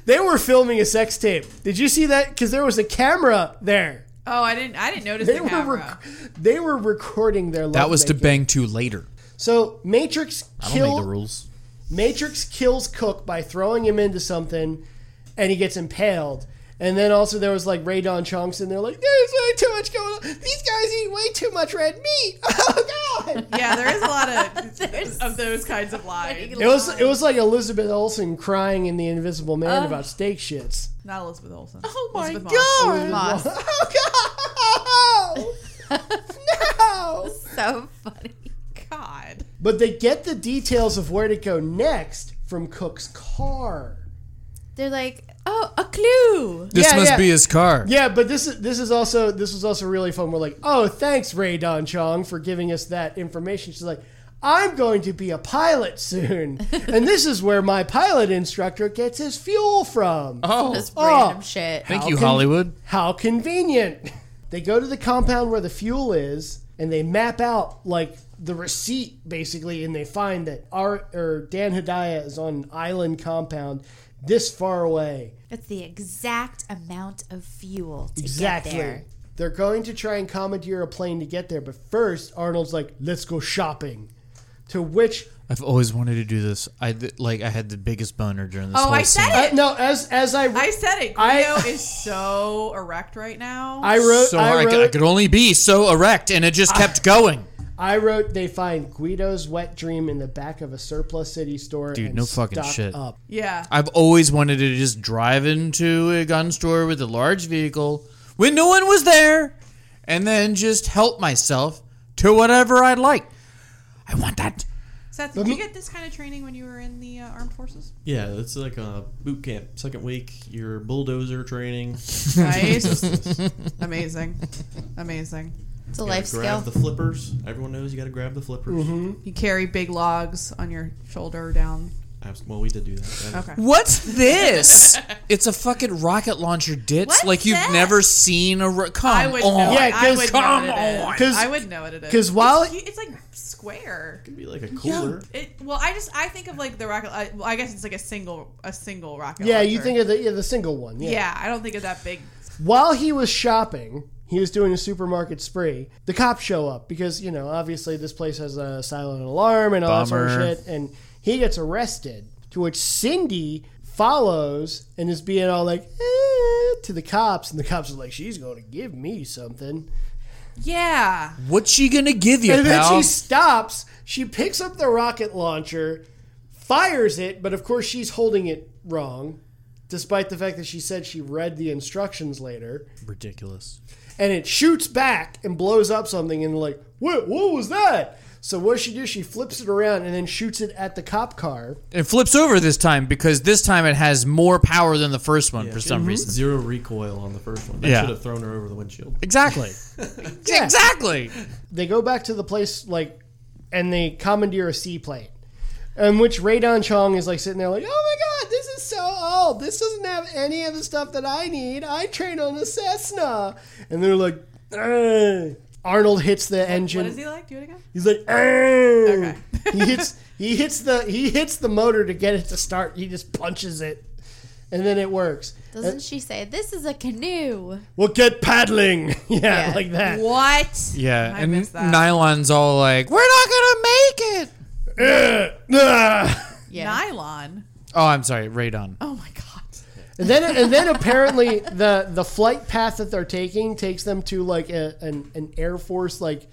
B: They were filming a sex tape. Did you see that? Because there was a camera there.
C: Oh, I didn't. I didn't notice
B: They
C: the
B: were
C: camera.
B: rec- they were recording their.
D: That was to
B: lovemaking.
D: bang to later.
B: So Matrix
D: I don't
B: killed.
D: make the rules.
B: Matrix kills Cook by throwing him into something, and he gets impaled. And then also there was like Ray Don Chunks, and they're like, "There's way too much going on. These guys eat way too much red meat." Oh god!
C: yeah, there is a lot of of those kinds of lies.
B: It was it was like Elizabeth Olsen crying in The Invisible Man about steak shits.
C: not Elizabeth Olsen.
M: Oh my
C: Elizabeth
M: God.
C: Moss.
M: Moss.
B: Oh no!
F: so funny.
C: Oh God.
B: But they get the details of where to go next from Cook's car.
F: They're like, oh, a clue.
D: This must be his car.
B: Yeah, but this is this is also this was also really fun. We're like, oh, thanks Ray Don Chong for giving us that information. She's like, I'm going to be a pilot soon, and this is where my pilot instructor gets his fuel from.
D: Oh. Just
F: random shit.
D: Thank you, Hollywood.
B: How convenient. They go to the compound where the fuel is, and they map out like the receipt basically, and they find that our or Dan Hedaya is on an island compound this far away.
F: It's the exact amount of fuel to
B: Exactly.
F: get there.
B: They're going to try and commandeer a plane to get there, but first Arnold's like, "Let's go shopping." To which,
D: I've always wanted to do this. I th- like. I had the biggest boner during this.
C: Oh,
D: whole
C: I said
D: scene.
B: uh, no, as as I
C: I said it. Guido
B: I-
C: is so erect right now.
B: I wrote
D: So
B: I
D: I,
B: wrote
D: could, I could only be so erect, and it just kept going.
B: I wrote they find Guido's wet dream in the back of a surplus city store.
D: Dude,
B: and
D: no fucking
B: stock
D: shit.
B: Up.
C: Yeah.
D: I've always wanted to just drive into a gun store with a large vehicle when no one was there, and then just help myself to whatever I'd like. I want that.
C: Seth, did you get this kind of training when you were in the uh, armed forces?
E: Yeah, it's like a boot camp. Second week, your bulldozer training.
C: Nice. Amazing. Amazing.
F: It's
E: You gotta grab the flippers. Everyone knows you got to grab the flippers.
C: You carry big logs on your shoulder down.
E: Abs- Well, we did do that. That is-
C: Okay.
D: What's this? it's a fucking rocket launcher ditz. like you've never seen a. Ro- come
C: I would
D: on.
C: know. it. I would
D: come
C: know
D: on.
C: what it is. I would know what it is.
D: Because while
C: it's, it's like square.
E: Could be like a cooler.
C: It, well, I just I think of like the rocket. I, well, I guess it's like a single a single rocket.
B: Yeah, you
C: launcher.
B: think of the yeah, the single one.
C: Yeah. I don't think of that big.
B: While he was shopping, he was doing a supermarket spree. The cops show up because you know obviously this place has a silent alarm and all that sort
D: Bummer.
B: of shit, and he gets arrested. To which Cindy follows and is being all like eh, to the cops, and the cops are like, "She's going to give me something."
C: Yeah.
D: What's she gonna give you,
B: and
D: pal?
B: then she stops. She picks up the rocket launcher, fires it, but of course she's holding it wrong. despite the fact that she said she read the instructions later.
E: Ridiculous.
B: and it shoots back and blows up something and they're like what, what was that so what does she do she flips it around and then shoots it at the cop car
D: It flips over this time because this time it has more power than the first one for
C: Mm-hmm.
D: some
E: Mhm.
D: reason.
E: Zero recoil on the first one. That should have thrown her over the windshield.
D: Exactly. Exactly.
B: they go back to the place like and they commandeer a seaplane in which radon chong is like sitting there like oh my god this is so old this doesn't have any of the stuff that i need i train on a cessna and they're like "Ugh." arnold hits the engine
C: What is he like? Do it again.
B: He's like, okay. he hits he hits the he hits the motor to get it to start. He just punches it, and then it works.
F: Doesn't
B: Uh,
F: she say this is a canoe?
B: we'll get paddling, yeah, like that.
F: What?
D: Yeah, and Nylon's all like, "We're not gonna make it."
B: Ah.
C: Nylon.
D: Oh, I'm sorry, radon.
C: Oh my god.
B: And then and then apparently the the flight path that they're taking takes them to like a, an an Air Force like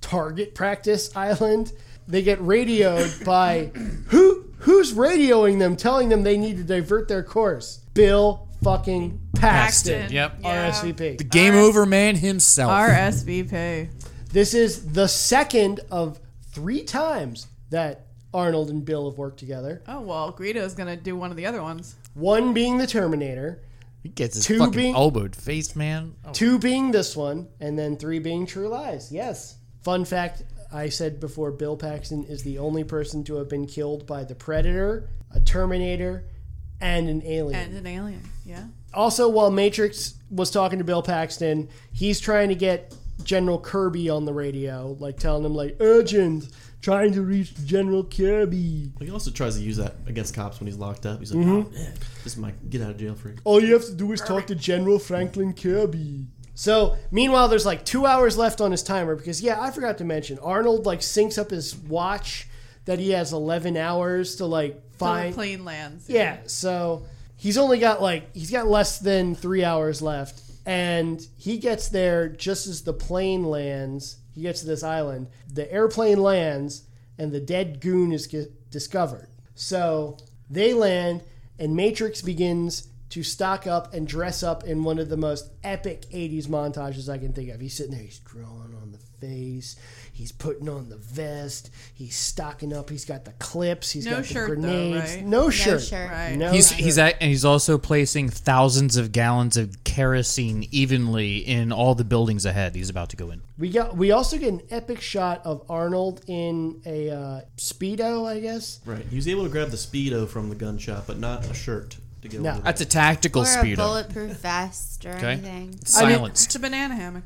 B: target practice island. They get radioed by who who's radioing them, telling them they need to divert their course. Bill fucking Paxton.
D: Yep.
B: RSVP.
D: The game over man himself.
C: RSVP.
B: This is the second of three times that Arnold and Bill have worked together.
C: Oh well, Greedo's gonna do one of the other ones.
B: One being the Terminator,
D: He gets his
B: Two
D: fucking
B: being-
D: elbowed face, man. Oh.
B: two being this one, and then three being True Lies. Yes. Fun fact I said before Bill Paxton is the only person to have been killed by the Predator, a Terminator, and an alien.
C: And an alien. Yeah.
B: also, while Matrix was talking to Bill Paxton, he's trying to get General Kirby on the radio, like telling him, like, urgent, trying to reach General Kirby.
E: He also tries to use that against cops when he's locked up. He's like,
B: Mhm.
E: oh, man, this is my get out of jail free.
B: All you have to do is talk to General Franklin Kirby. So, meanwhile, there's like two hours left on his timer because, yeah, I forgot to mention, Arnold like syncs up his watch that he has 11 hours to like
C: Fine.
B: find.
C: Plane lands.
B: Yeah, so he's only got like, he's got less than three hours left. And he gets there just as the plane lands. He gets to this island. The airplane lands, and the dead goon is g- discovered. So they land, and Matrix begins to stock up and dress up in one of the most epic 80s montages I can think of. He's sitting there, he's drawing on the face, he's putting on the vest, he's stocking up, he's got the clips, he's
C: No
B: got the
C: shirt, though,
B: grenades.
C: right?
B: No
C: No
B: shirt.
C: shirt. Right.
B: No
D: he's
B: shirt.
D: he's at, and he's also placing thousands of gallons of kerosene evenly in all the buildings ahead. He's about to go in.
B: We got. We also get an epic shot of Arnold in a uh, speedo, I guess.
E: Right. He was able to grab the speedo from the gun shop, but not a shirt to get
B: No.
E: over.
D: That's a tactical
F: or a
D: speedo.
F: bulletproof vest or
D: Okay.
F: anything.
D: Silenced.
C: It's a banana hammock.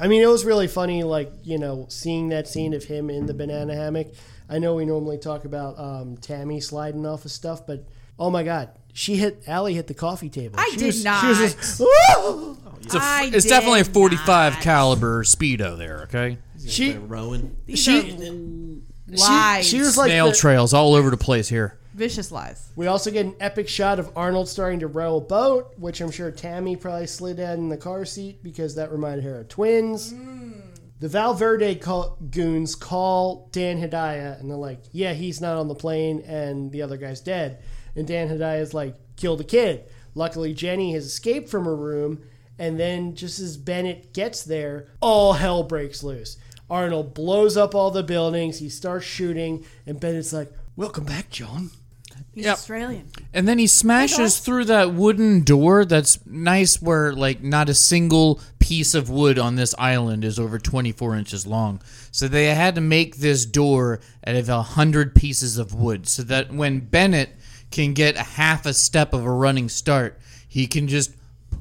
B: I mean, it was really funny, like you know, seeing that scene of him in the banana hammock. I know we normally talk about um, Tammy sliding off of stuff, but oh my god, she hit Allie hit the coffee table.
C: I
B: she
C: did
B: was,
C: not.
B: She was just, "Whoa!"
D: It's, a,
C: I
D: it's definitely a
C: did
D: 45 caliber speedo there. Okay.
B: She
E: Rowan.
B: she,
C: Lies.
B: she was like
D: Snail
B: the-
D: trails all over the place here.
C: Vicious lies.
B: We also get an epic shot of Arnold starting to row a boat, which I'm sure Tammy probably slid down in the car seat because that reminded her of twins. The Valverde call, goons call Dan Hedaya and they're like, Yeah, he's not on the plane and the other guy's dead. And Dan Hedaya's like, Kill the kid. Luckily, Jenny has escaped from her room. And then just as Bennett gets there, all hell breaks loose. Arnold blows up all the buildings. He starts shooting, and Bennett's like, Welcome back, John.
C: He's
D: Yep.
C: Australian.
D: And then he smashes through that wooden door that's nice, where like not a single piece of wood on this island is over 24 inches long. So they had to make this door out of a hundred pieces of wood, so that when Bennett can get a half a step of a running start, he can just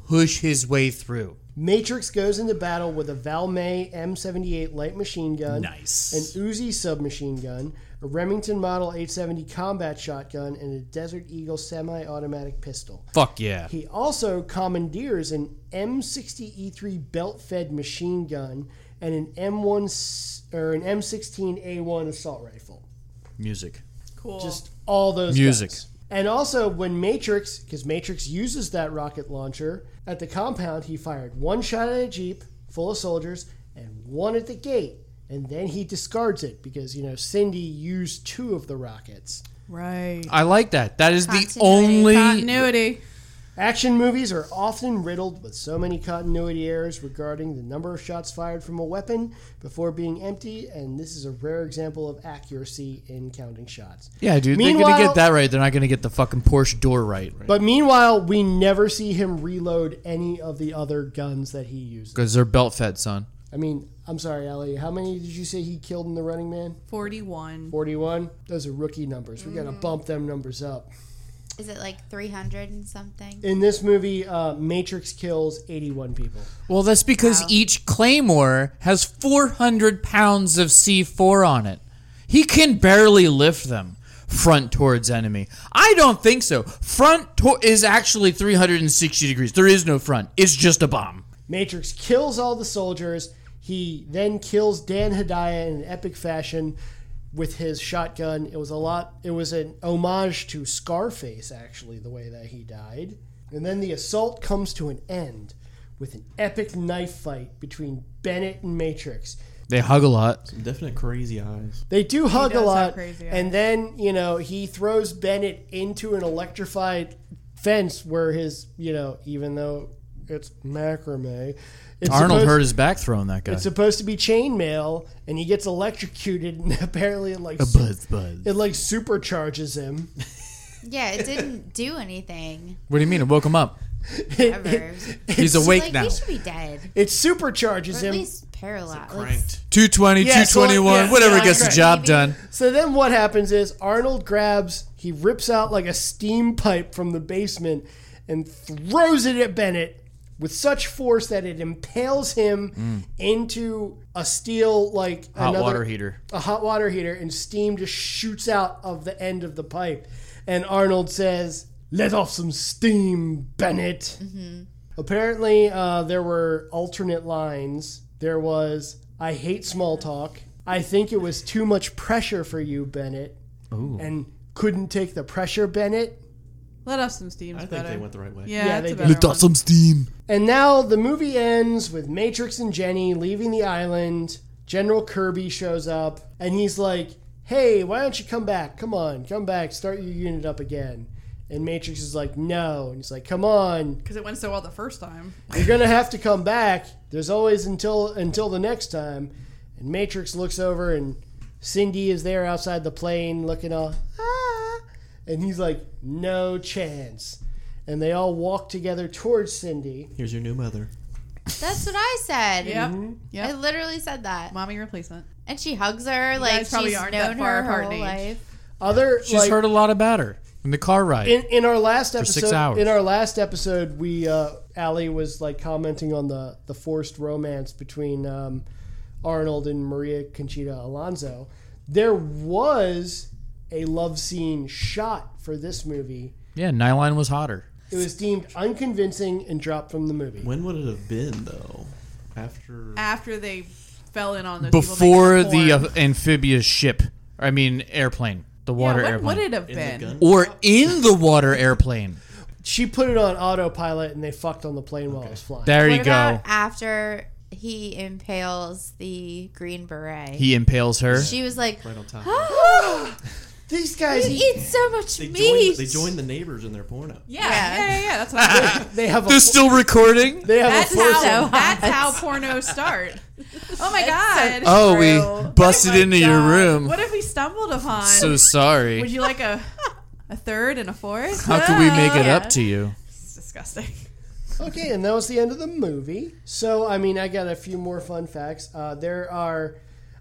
D: push his way through.
B: Matrix goes into battle with a Valmet M78 light machine gun,
D: Nice.
B: an Uzi submachine gun, a Remington Model 870 combat shotgun, and a Desert Eagle semi-automatic pistol.
D: Fuck yeah!
B: He also commandeers an M60E3 belt-fed machine gun and an M1 s- or an M16A1 assault rifle.
D: Music.
C: Cool.
B: Just all those
D: Music.
B: guys. And also, when Matrix, because Matrix uses that rocket launcher at the compound, he fired one shot at a jeep full of soldiers and one at the gate, and then he discards it because you know Cindy used two of the rockets.
C: Right.
D: I like that. That is the
C: Continuity.
D: only
C: continuity.
B: Action movies are often riddled with so many continuity errors regarding the number of shots fired from a weapon before being empty, and this is a rare example of accuracy in counting shots.
D: Yeah, dude. they're gonna
B: Meanwhile-
D: get that right. They're not gonna get the fucking Porsche door right.
B: But meanwhile, we never see him reload any of the other guns that he uses.
D: Because they're belt fed, son.
B: I mean, I'm sorry, Ali. How many did you say he killed in The Running Man?
C: 41.
B: 41? Those are rookie numbers. We got to bump them numbers up.
F: Is it like 300 and something?
B: In this movie, uh, Matrix kills 81 people.
D: Well, that's because each claymore has 400 pounds of C4 on it. He can barely lift them front towards enemy. I don't think so. Front to- is actually 360 degrees. There is no front. It's just a bomb.
B: Matrix kills all the soldiers. He then kills Dan Hedaya in an epic fashion with his shotgun. It was a lot. It was an homage to Scarface, actually, the way that he died. And then the assault comes to an end with an epic knife fight between Bennett and Matrix.
D: They hug a lot.
E: Some definite crazy eyes.
B: They do
E: He
B: hug a
E: does have
B: lot,
E: crazy
B: and then you know he throws Bennett into an electrified fence where his you know even though it's macrame, it's
D: Arnold
B: supposed-
D: hurt his back throwing that guy.
B: It's supposed to be chainmail, and he gets electrocuted, and apparently it like
D: A
B: su-
D: buzz, buzz.
B: it like supercharges him.
F: Yeah, it didn't do anything.
D: what do you mean? It woke him up.
F: Ever.
D: He's awake
F: like,
D: now.
F: He should be dead.
B: It supercharges
F: Or
B: him.
F: at least paralyzed. Like,
D: 220,
B: Yeah, so-
D: 221,
B: yeah,
D: whatever
B: yeah,
D: gets the
B: correct.
D: job done.
B: So then what happens is Arnold grabs, he rips out like a steam pipe from the basement and throws it at Bennett with such force that it impales him into a steel like
D: Mm. Hot water heater.
B: A hot water heater and steam just shoots out of the end of the pipe. And Arnold says, "Let off some steam, Bennett." Apparently, uh, there were alternate lines. There was, I hate small talk. I think it was too much pressure for you, Bennett.
D: Ooh.
B: And couldn't take the pressure, Bennett.
C: Let off some steam. I
E: think they went the right way.
C: Yeah,
B: Yeah,
C: that's
B: they
C: a
B: did.
C: better
B: Lift
C: one.
B: off some
D: steam.
B: And now the movie ends with Matrix and Jenny leaving the island. General Kirby shows up and he's like, Hey, why don't you come back? Come on, come back, start your unit up again. And Matrix is like, No. And he's like, Come on,
C: Because it went so well the first time.
B: you're gonna have to come back. There's always until until the next time. And Matrix looks over and Cindy is there outside the plane looking all ah and he's like, No chance. And they all walk together towards Cindy.
E: Here's your new mother.
F: That's what I said.
C: Yep.
F: I literally said that.
C: Mommy replacement.
F: And she hugs her
C: You
F: like
C: guys probably
F: she's known
C: aren't that far
F: her
C: apart in
F: whole
C: age.
F: life.
B: Other
D: She's
B: like,
D: heard a lot about her in the car ride.
B: in, in our last
D: For
B: episode
D: six hours.
B: in our last episode we uh Allie was like commenting on the the forced romance between um Arnold and Maria Conchita Alonso. There was a love scene shot for this movie.
D: yeah, Nylon was hotter.
B: It was deemed unconvincing and dropped from the movie.
E: When would it have been though? After
C: After they fell in on those people making
D: before
C: porn.
D: the uh, amphibious ship. I mean, airplane. The water
C: when
D: airplane.
C: would it have In the been? gun
D: Or in the water airplane.
B: She put it on autopilot and they fucked on the plane while it was flying.
D: There you
F: What
D: go.
F: about after he impales the green beret?
D: He impales her.
F: She was like,
E: Right on top.
B: These guys
F: you eat so much
E: they
F: meat.
E: joined, they joined the neighbors in their porno.
C: Yeah, yeah, yeah. yeah, that's what I mean.
B: they have
D: They're still recording.
B: They have
C: That's
B: a foursome.
C: how, that's how pornos start. Oh my god!
D: Oh, we busted into your room.
C: What if we stumbled upon?
D: So sorry.
C: Would you like a a third and a fourth?
D: How could we make it up to you?
C: It's disgusting.
B: Okay, and that was the end of the movie. So, I mean, I got a few more fun facts. Uh, there are,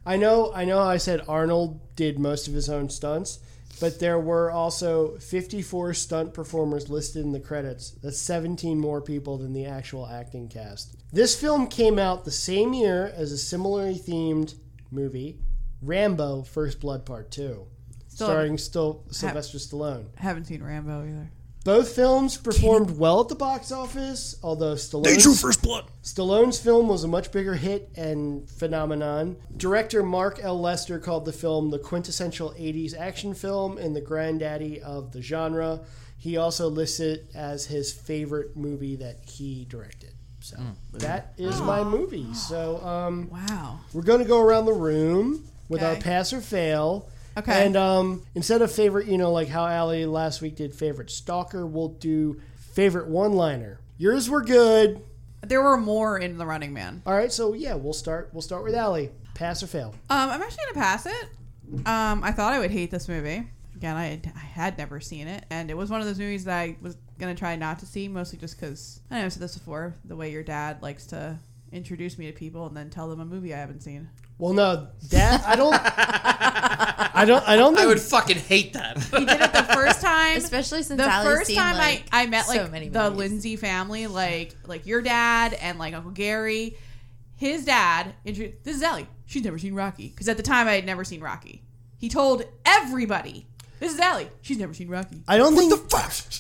B: I know, I know, I said Arnold did most of his own stunts, but there were also 54 stunt performers listed in the credits. That's 17 more people than the actual acting cast. This film came out the same year as a similarly themed movie, Rambo: First Blood Part Two,
C: Still
B: starring
C: haven't-
B: still Sylvester Stallone.
C: Haven't seen Rambo either.
B: Both films performed well at the box office, although Stallone.
C: They drew first
B: blood. Stallone's film was a much bigger hit and phenomenon. Director Mark L. Lester called the film the quintessential 80s action film and the granddaddy of the genre. He also lists it as his favorite movie that he directed. So that is my movie. So um,
C: wow,
B: we're going to go around the room with our
C: Okay.
B: pass or fail.
C: Okay.
B: And um, instead of favorite, you know, like how Allie last week did favorite stalker, we'll do Favorite one liner. Yours were good.
C: There were more in The Running Man.
B: All right, so yeah, we'll start. We'll start with Allie. Pass or fail.
C: Um, I'm actually gonna pass it. Um, I thought I would hate this movie. Again, I had, I had never seen it, and it was one of those movies that I was gonna try not to see, mostly just because I know I said this before. The way your dad likes to introduce me to people and then tell them a movie I haven't seen.
B: Well, no, Dad, I don't. I don't. I don't. Think,
D: I would fucking hate that.
C: He did it the first time,
F: Especially since
C: the
F: Ali's
C: first
F: seen,
C: time
F: like,
C: I, I met
F: so
C: like
F: many
C: the
F: movies.
C: Lindsay family, like like your dad and like Uncle Gary. His dad introduced this is Ellie. She's never seen Rocky because at the time I had never seen Rocky. He told everybody, "This is Ellie. She's never seen Rocky."
B: I don't think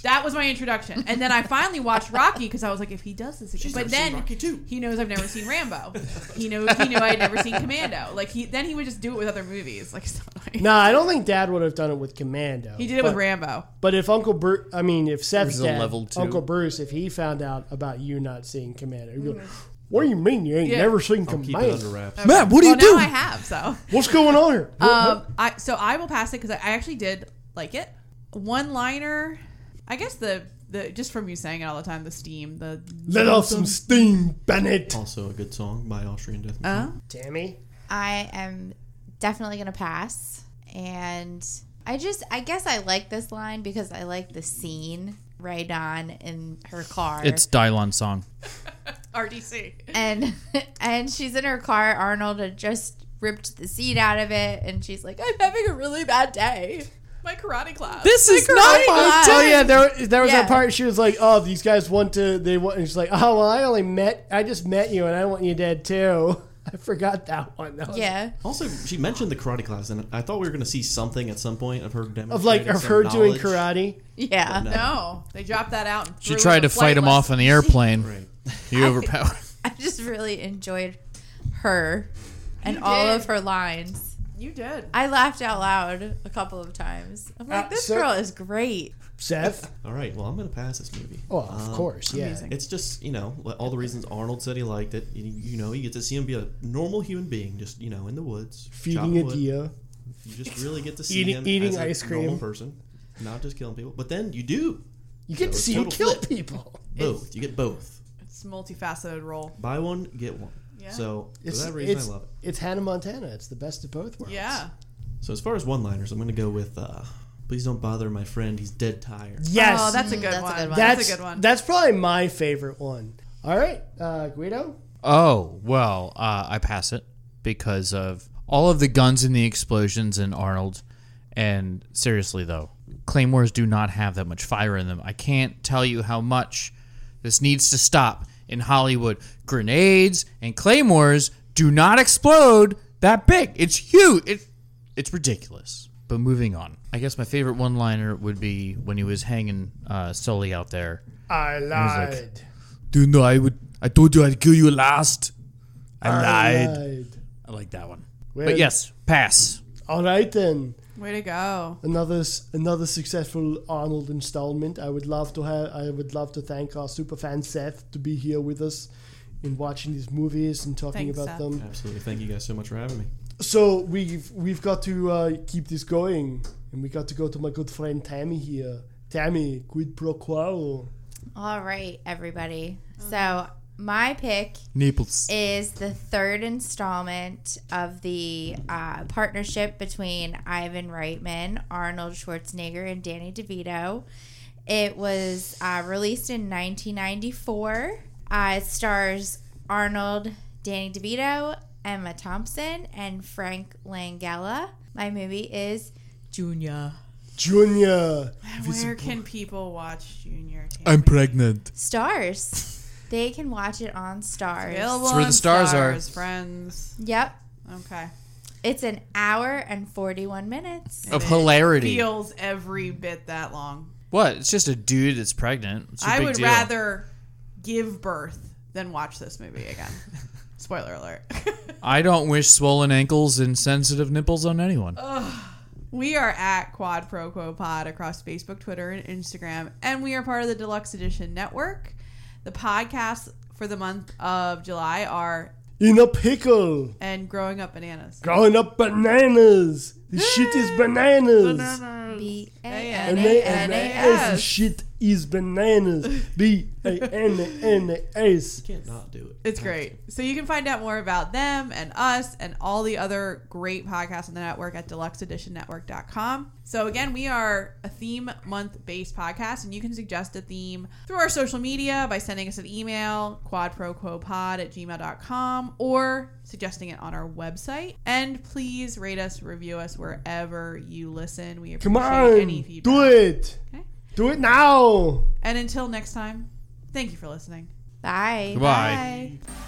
C: That was my introduction, and then I finally watched Rocky because I was like, if he does this again,
E: She's
C: but
E: never seen
C: then
E: Rocky
C: he knows I've never seen Rambo. he knew he knew I had never seen Commando. Like he then he would just do it with other movies. Like so-
B: No, I don't think Dad would have done it with Commando.
C: he did it with
B: but-
C: Rambo.
B: But if Uncle Bruce, I mean, if Seth's
D: There's a
B: dad,
D: level two.
B: Uncle Bruce, if he found out about you not seeing Commando, he'd be like, "What do you mean you ain't
C: Yeah.
B: never seen
E: I'll keep it
B: Commando?"
E: under wraps.
C: Oh.
B: Matt, what do
C: well,
B: you do?
C: Now I have so.
B: What's going on here?
C: Um, I so I will pass it because I, I actually did like it. One liner, I guess the the just from you saying it all the time, the steam, the
B: Let off some steam, Bennett.
E: Also a good song by Austrian Death.
C: Uh,
B: Tammy.
F: I am definitely gonna pass. And I just I guess I like this line because I like the scene right on in her car.
D: It's Dylon's song.
C: RDC.
F: and and she's in her car. Arnold had just ripped the seat out of it, and she's like, "I'm having a really bad day."
C: My karate class.
F: This is
B: not
F: my
B: Oh
F: day.
B: yeah, there, there was
F: Uh, Yeah.
B: that part. She was like, "Oh, these guys want to. They want." And she's like, "Oh well, I only met. I just met you, and I want you dead too." I forgot that one. That was-
F: Yeah.
E: Also, she mentioned the karate class, and I thought we were going to see something at some point of her demonstrating
B: Of like of
E: some
B: her doing
E: knowledge.
B: karate.
F: Yeah.
E: No.
C: No. they dropped that out. and
D: She
C: threw
D: tried
C: in
D: to
C: the
D: fight
C: flight
D: him
C: lesson.
D: off on the airplane.
E: Right.
D: You overpowered.
F: I just really enjoyed her and
C: You
F: all
C: did.
F: of her lines.
C: You did.
F: I laughed out loud a couple of times. I'm like,
C: Uh,
F: "This
C: so-
F: girl is great."
B: Seth.
E: All right. Well, I'm going to pass this movie.
B: Oh, of course, yeah. Amazing.
E: It's just you know li- all the reasons Arnold said he liked it. You, you know, you get to see him be a normal human being, just you know, in the woods,
B: Feeding
E: chopping
B: a
E: wood.
B: deer.
E: You just really get to see
B: Eating-
E: him
B: eating
E: as a
B: ice cream.
E: normal person, not just killing people. But then you do.
B: You get to
E: it's
B: see him
E: total
B: kill
E: flip.
B: people.
E: Both. You get both.
C: It's a multifaceted role.
E: Buy one, get one.
C: Yeah.
E: So for
B: It's,
E: that reason, I
B: it's-
E: love it.
B: It's Hannah Montana. It's the best of both worlds.
C: Yeah.
E: So as far as one-liners, I'm going to go with. uh Please don't bother my friend. He's dead tired.
B: Yes.
C: Oh,
F: Mm,
C: that's a good, one.
B: That's,
C: That's a good one.
B: That's probably my favorite one. All right, uh, Guido.
D: Oh, well, uh, I pass it because of all of the guns and the explosions in Arnold. And seriously, though, Claymores do not have that much fire in them. I can't tell you how much this needs to stop in Hollywood. Grenades and Claymores do not explode that big. It's huge. It's it's ridiculous. But moving on, I guess my favorite one-liner would be when he was hanging uh, Sully out there.
B: I
D: And he was like,
B: lied.
D: do you know I would? I told you I'd kill you last. I,
B: I
D: lied.
B: lied.
D: I like that one.
B: Well-
D: but yes, pass.
B: All right then.
C: Way to go.
B: Another s- another successful Arnold installment. I would love to have. I would love to thank our super fan Seth to be here with us, in watching these movies and talking
C: Thanks,
B: about
C: Seth.
B: them.
E: Absolutely. Thank you guys so much for having me.
B: So we've we've got to uh, keep this going, and we got to go to my good friend Tammy here. Tammy, quid pro quo.
F: All right, everybody.
C: Uh-huh.
F: So my pick
D: Naples.
F: is the third installment of the uh, partnership between Ivan Reitman, Arnold Schwarzenegger, and Danny DeVito. It was uh, released in 1994. Uh, it stars Arnold, Danny DeVito, Emma Thompson, and Frank Langella. My movie is Junior.
B: Junior.
C: Where can people watch Junior?
D: Uh,
C: Tammy?
D: pregnant.
F: Stars. They can watch it on Stars.
C: Available
D: It's where the
C: on
D: stars are.
C: Stars, Friends.
F: Yep.
C: Okay.
F: It's an hour and 41 minutes.
D: Of hilarity.
C: Feels every bit that long.
D: What? It's just a dude that's pregnant. It's a
C: I
D: big
C: would
D: deal.
C: rather give birth than watch this movie again. Spoiler alert.
D: I don't wish swollen ankles and sensitive nipples on anyone.
C: Oh, we are at Quad Pro Quo Pod across Facebook, Twitter, and Instagram, and we are part of the Deluxe Edition Network. The podcasts for the month of July are
B: In a pickle.
C: and growing up bananas.
B: Growing up bananas. This shit is bananas.
F: B A N A N A
B: B-A-N-A-S.
F: S.
B: Shit is bananas. eh, B A N A N A eh, S.
E: Can't not do it.
C: It's great. So you can find out more about them and us and all the other great podcasts on the network at deluxeeditionnetwork.com. So again, we are a theme month based podcast and you can suggest a theme through our social media by sending us an email, quadproquopod at gmail.com or suggesting it on our website. And please rate us, review us wherever you listen. We appreciate
B: Come on,
C: any feedback.
B: do it. Do it now.
C: And until next time, thank you for listening.
F: Bye.
B: Goodbye.
C: Bye.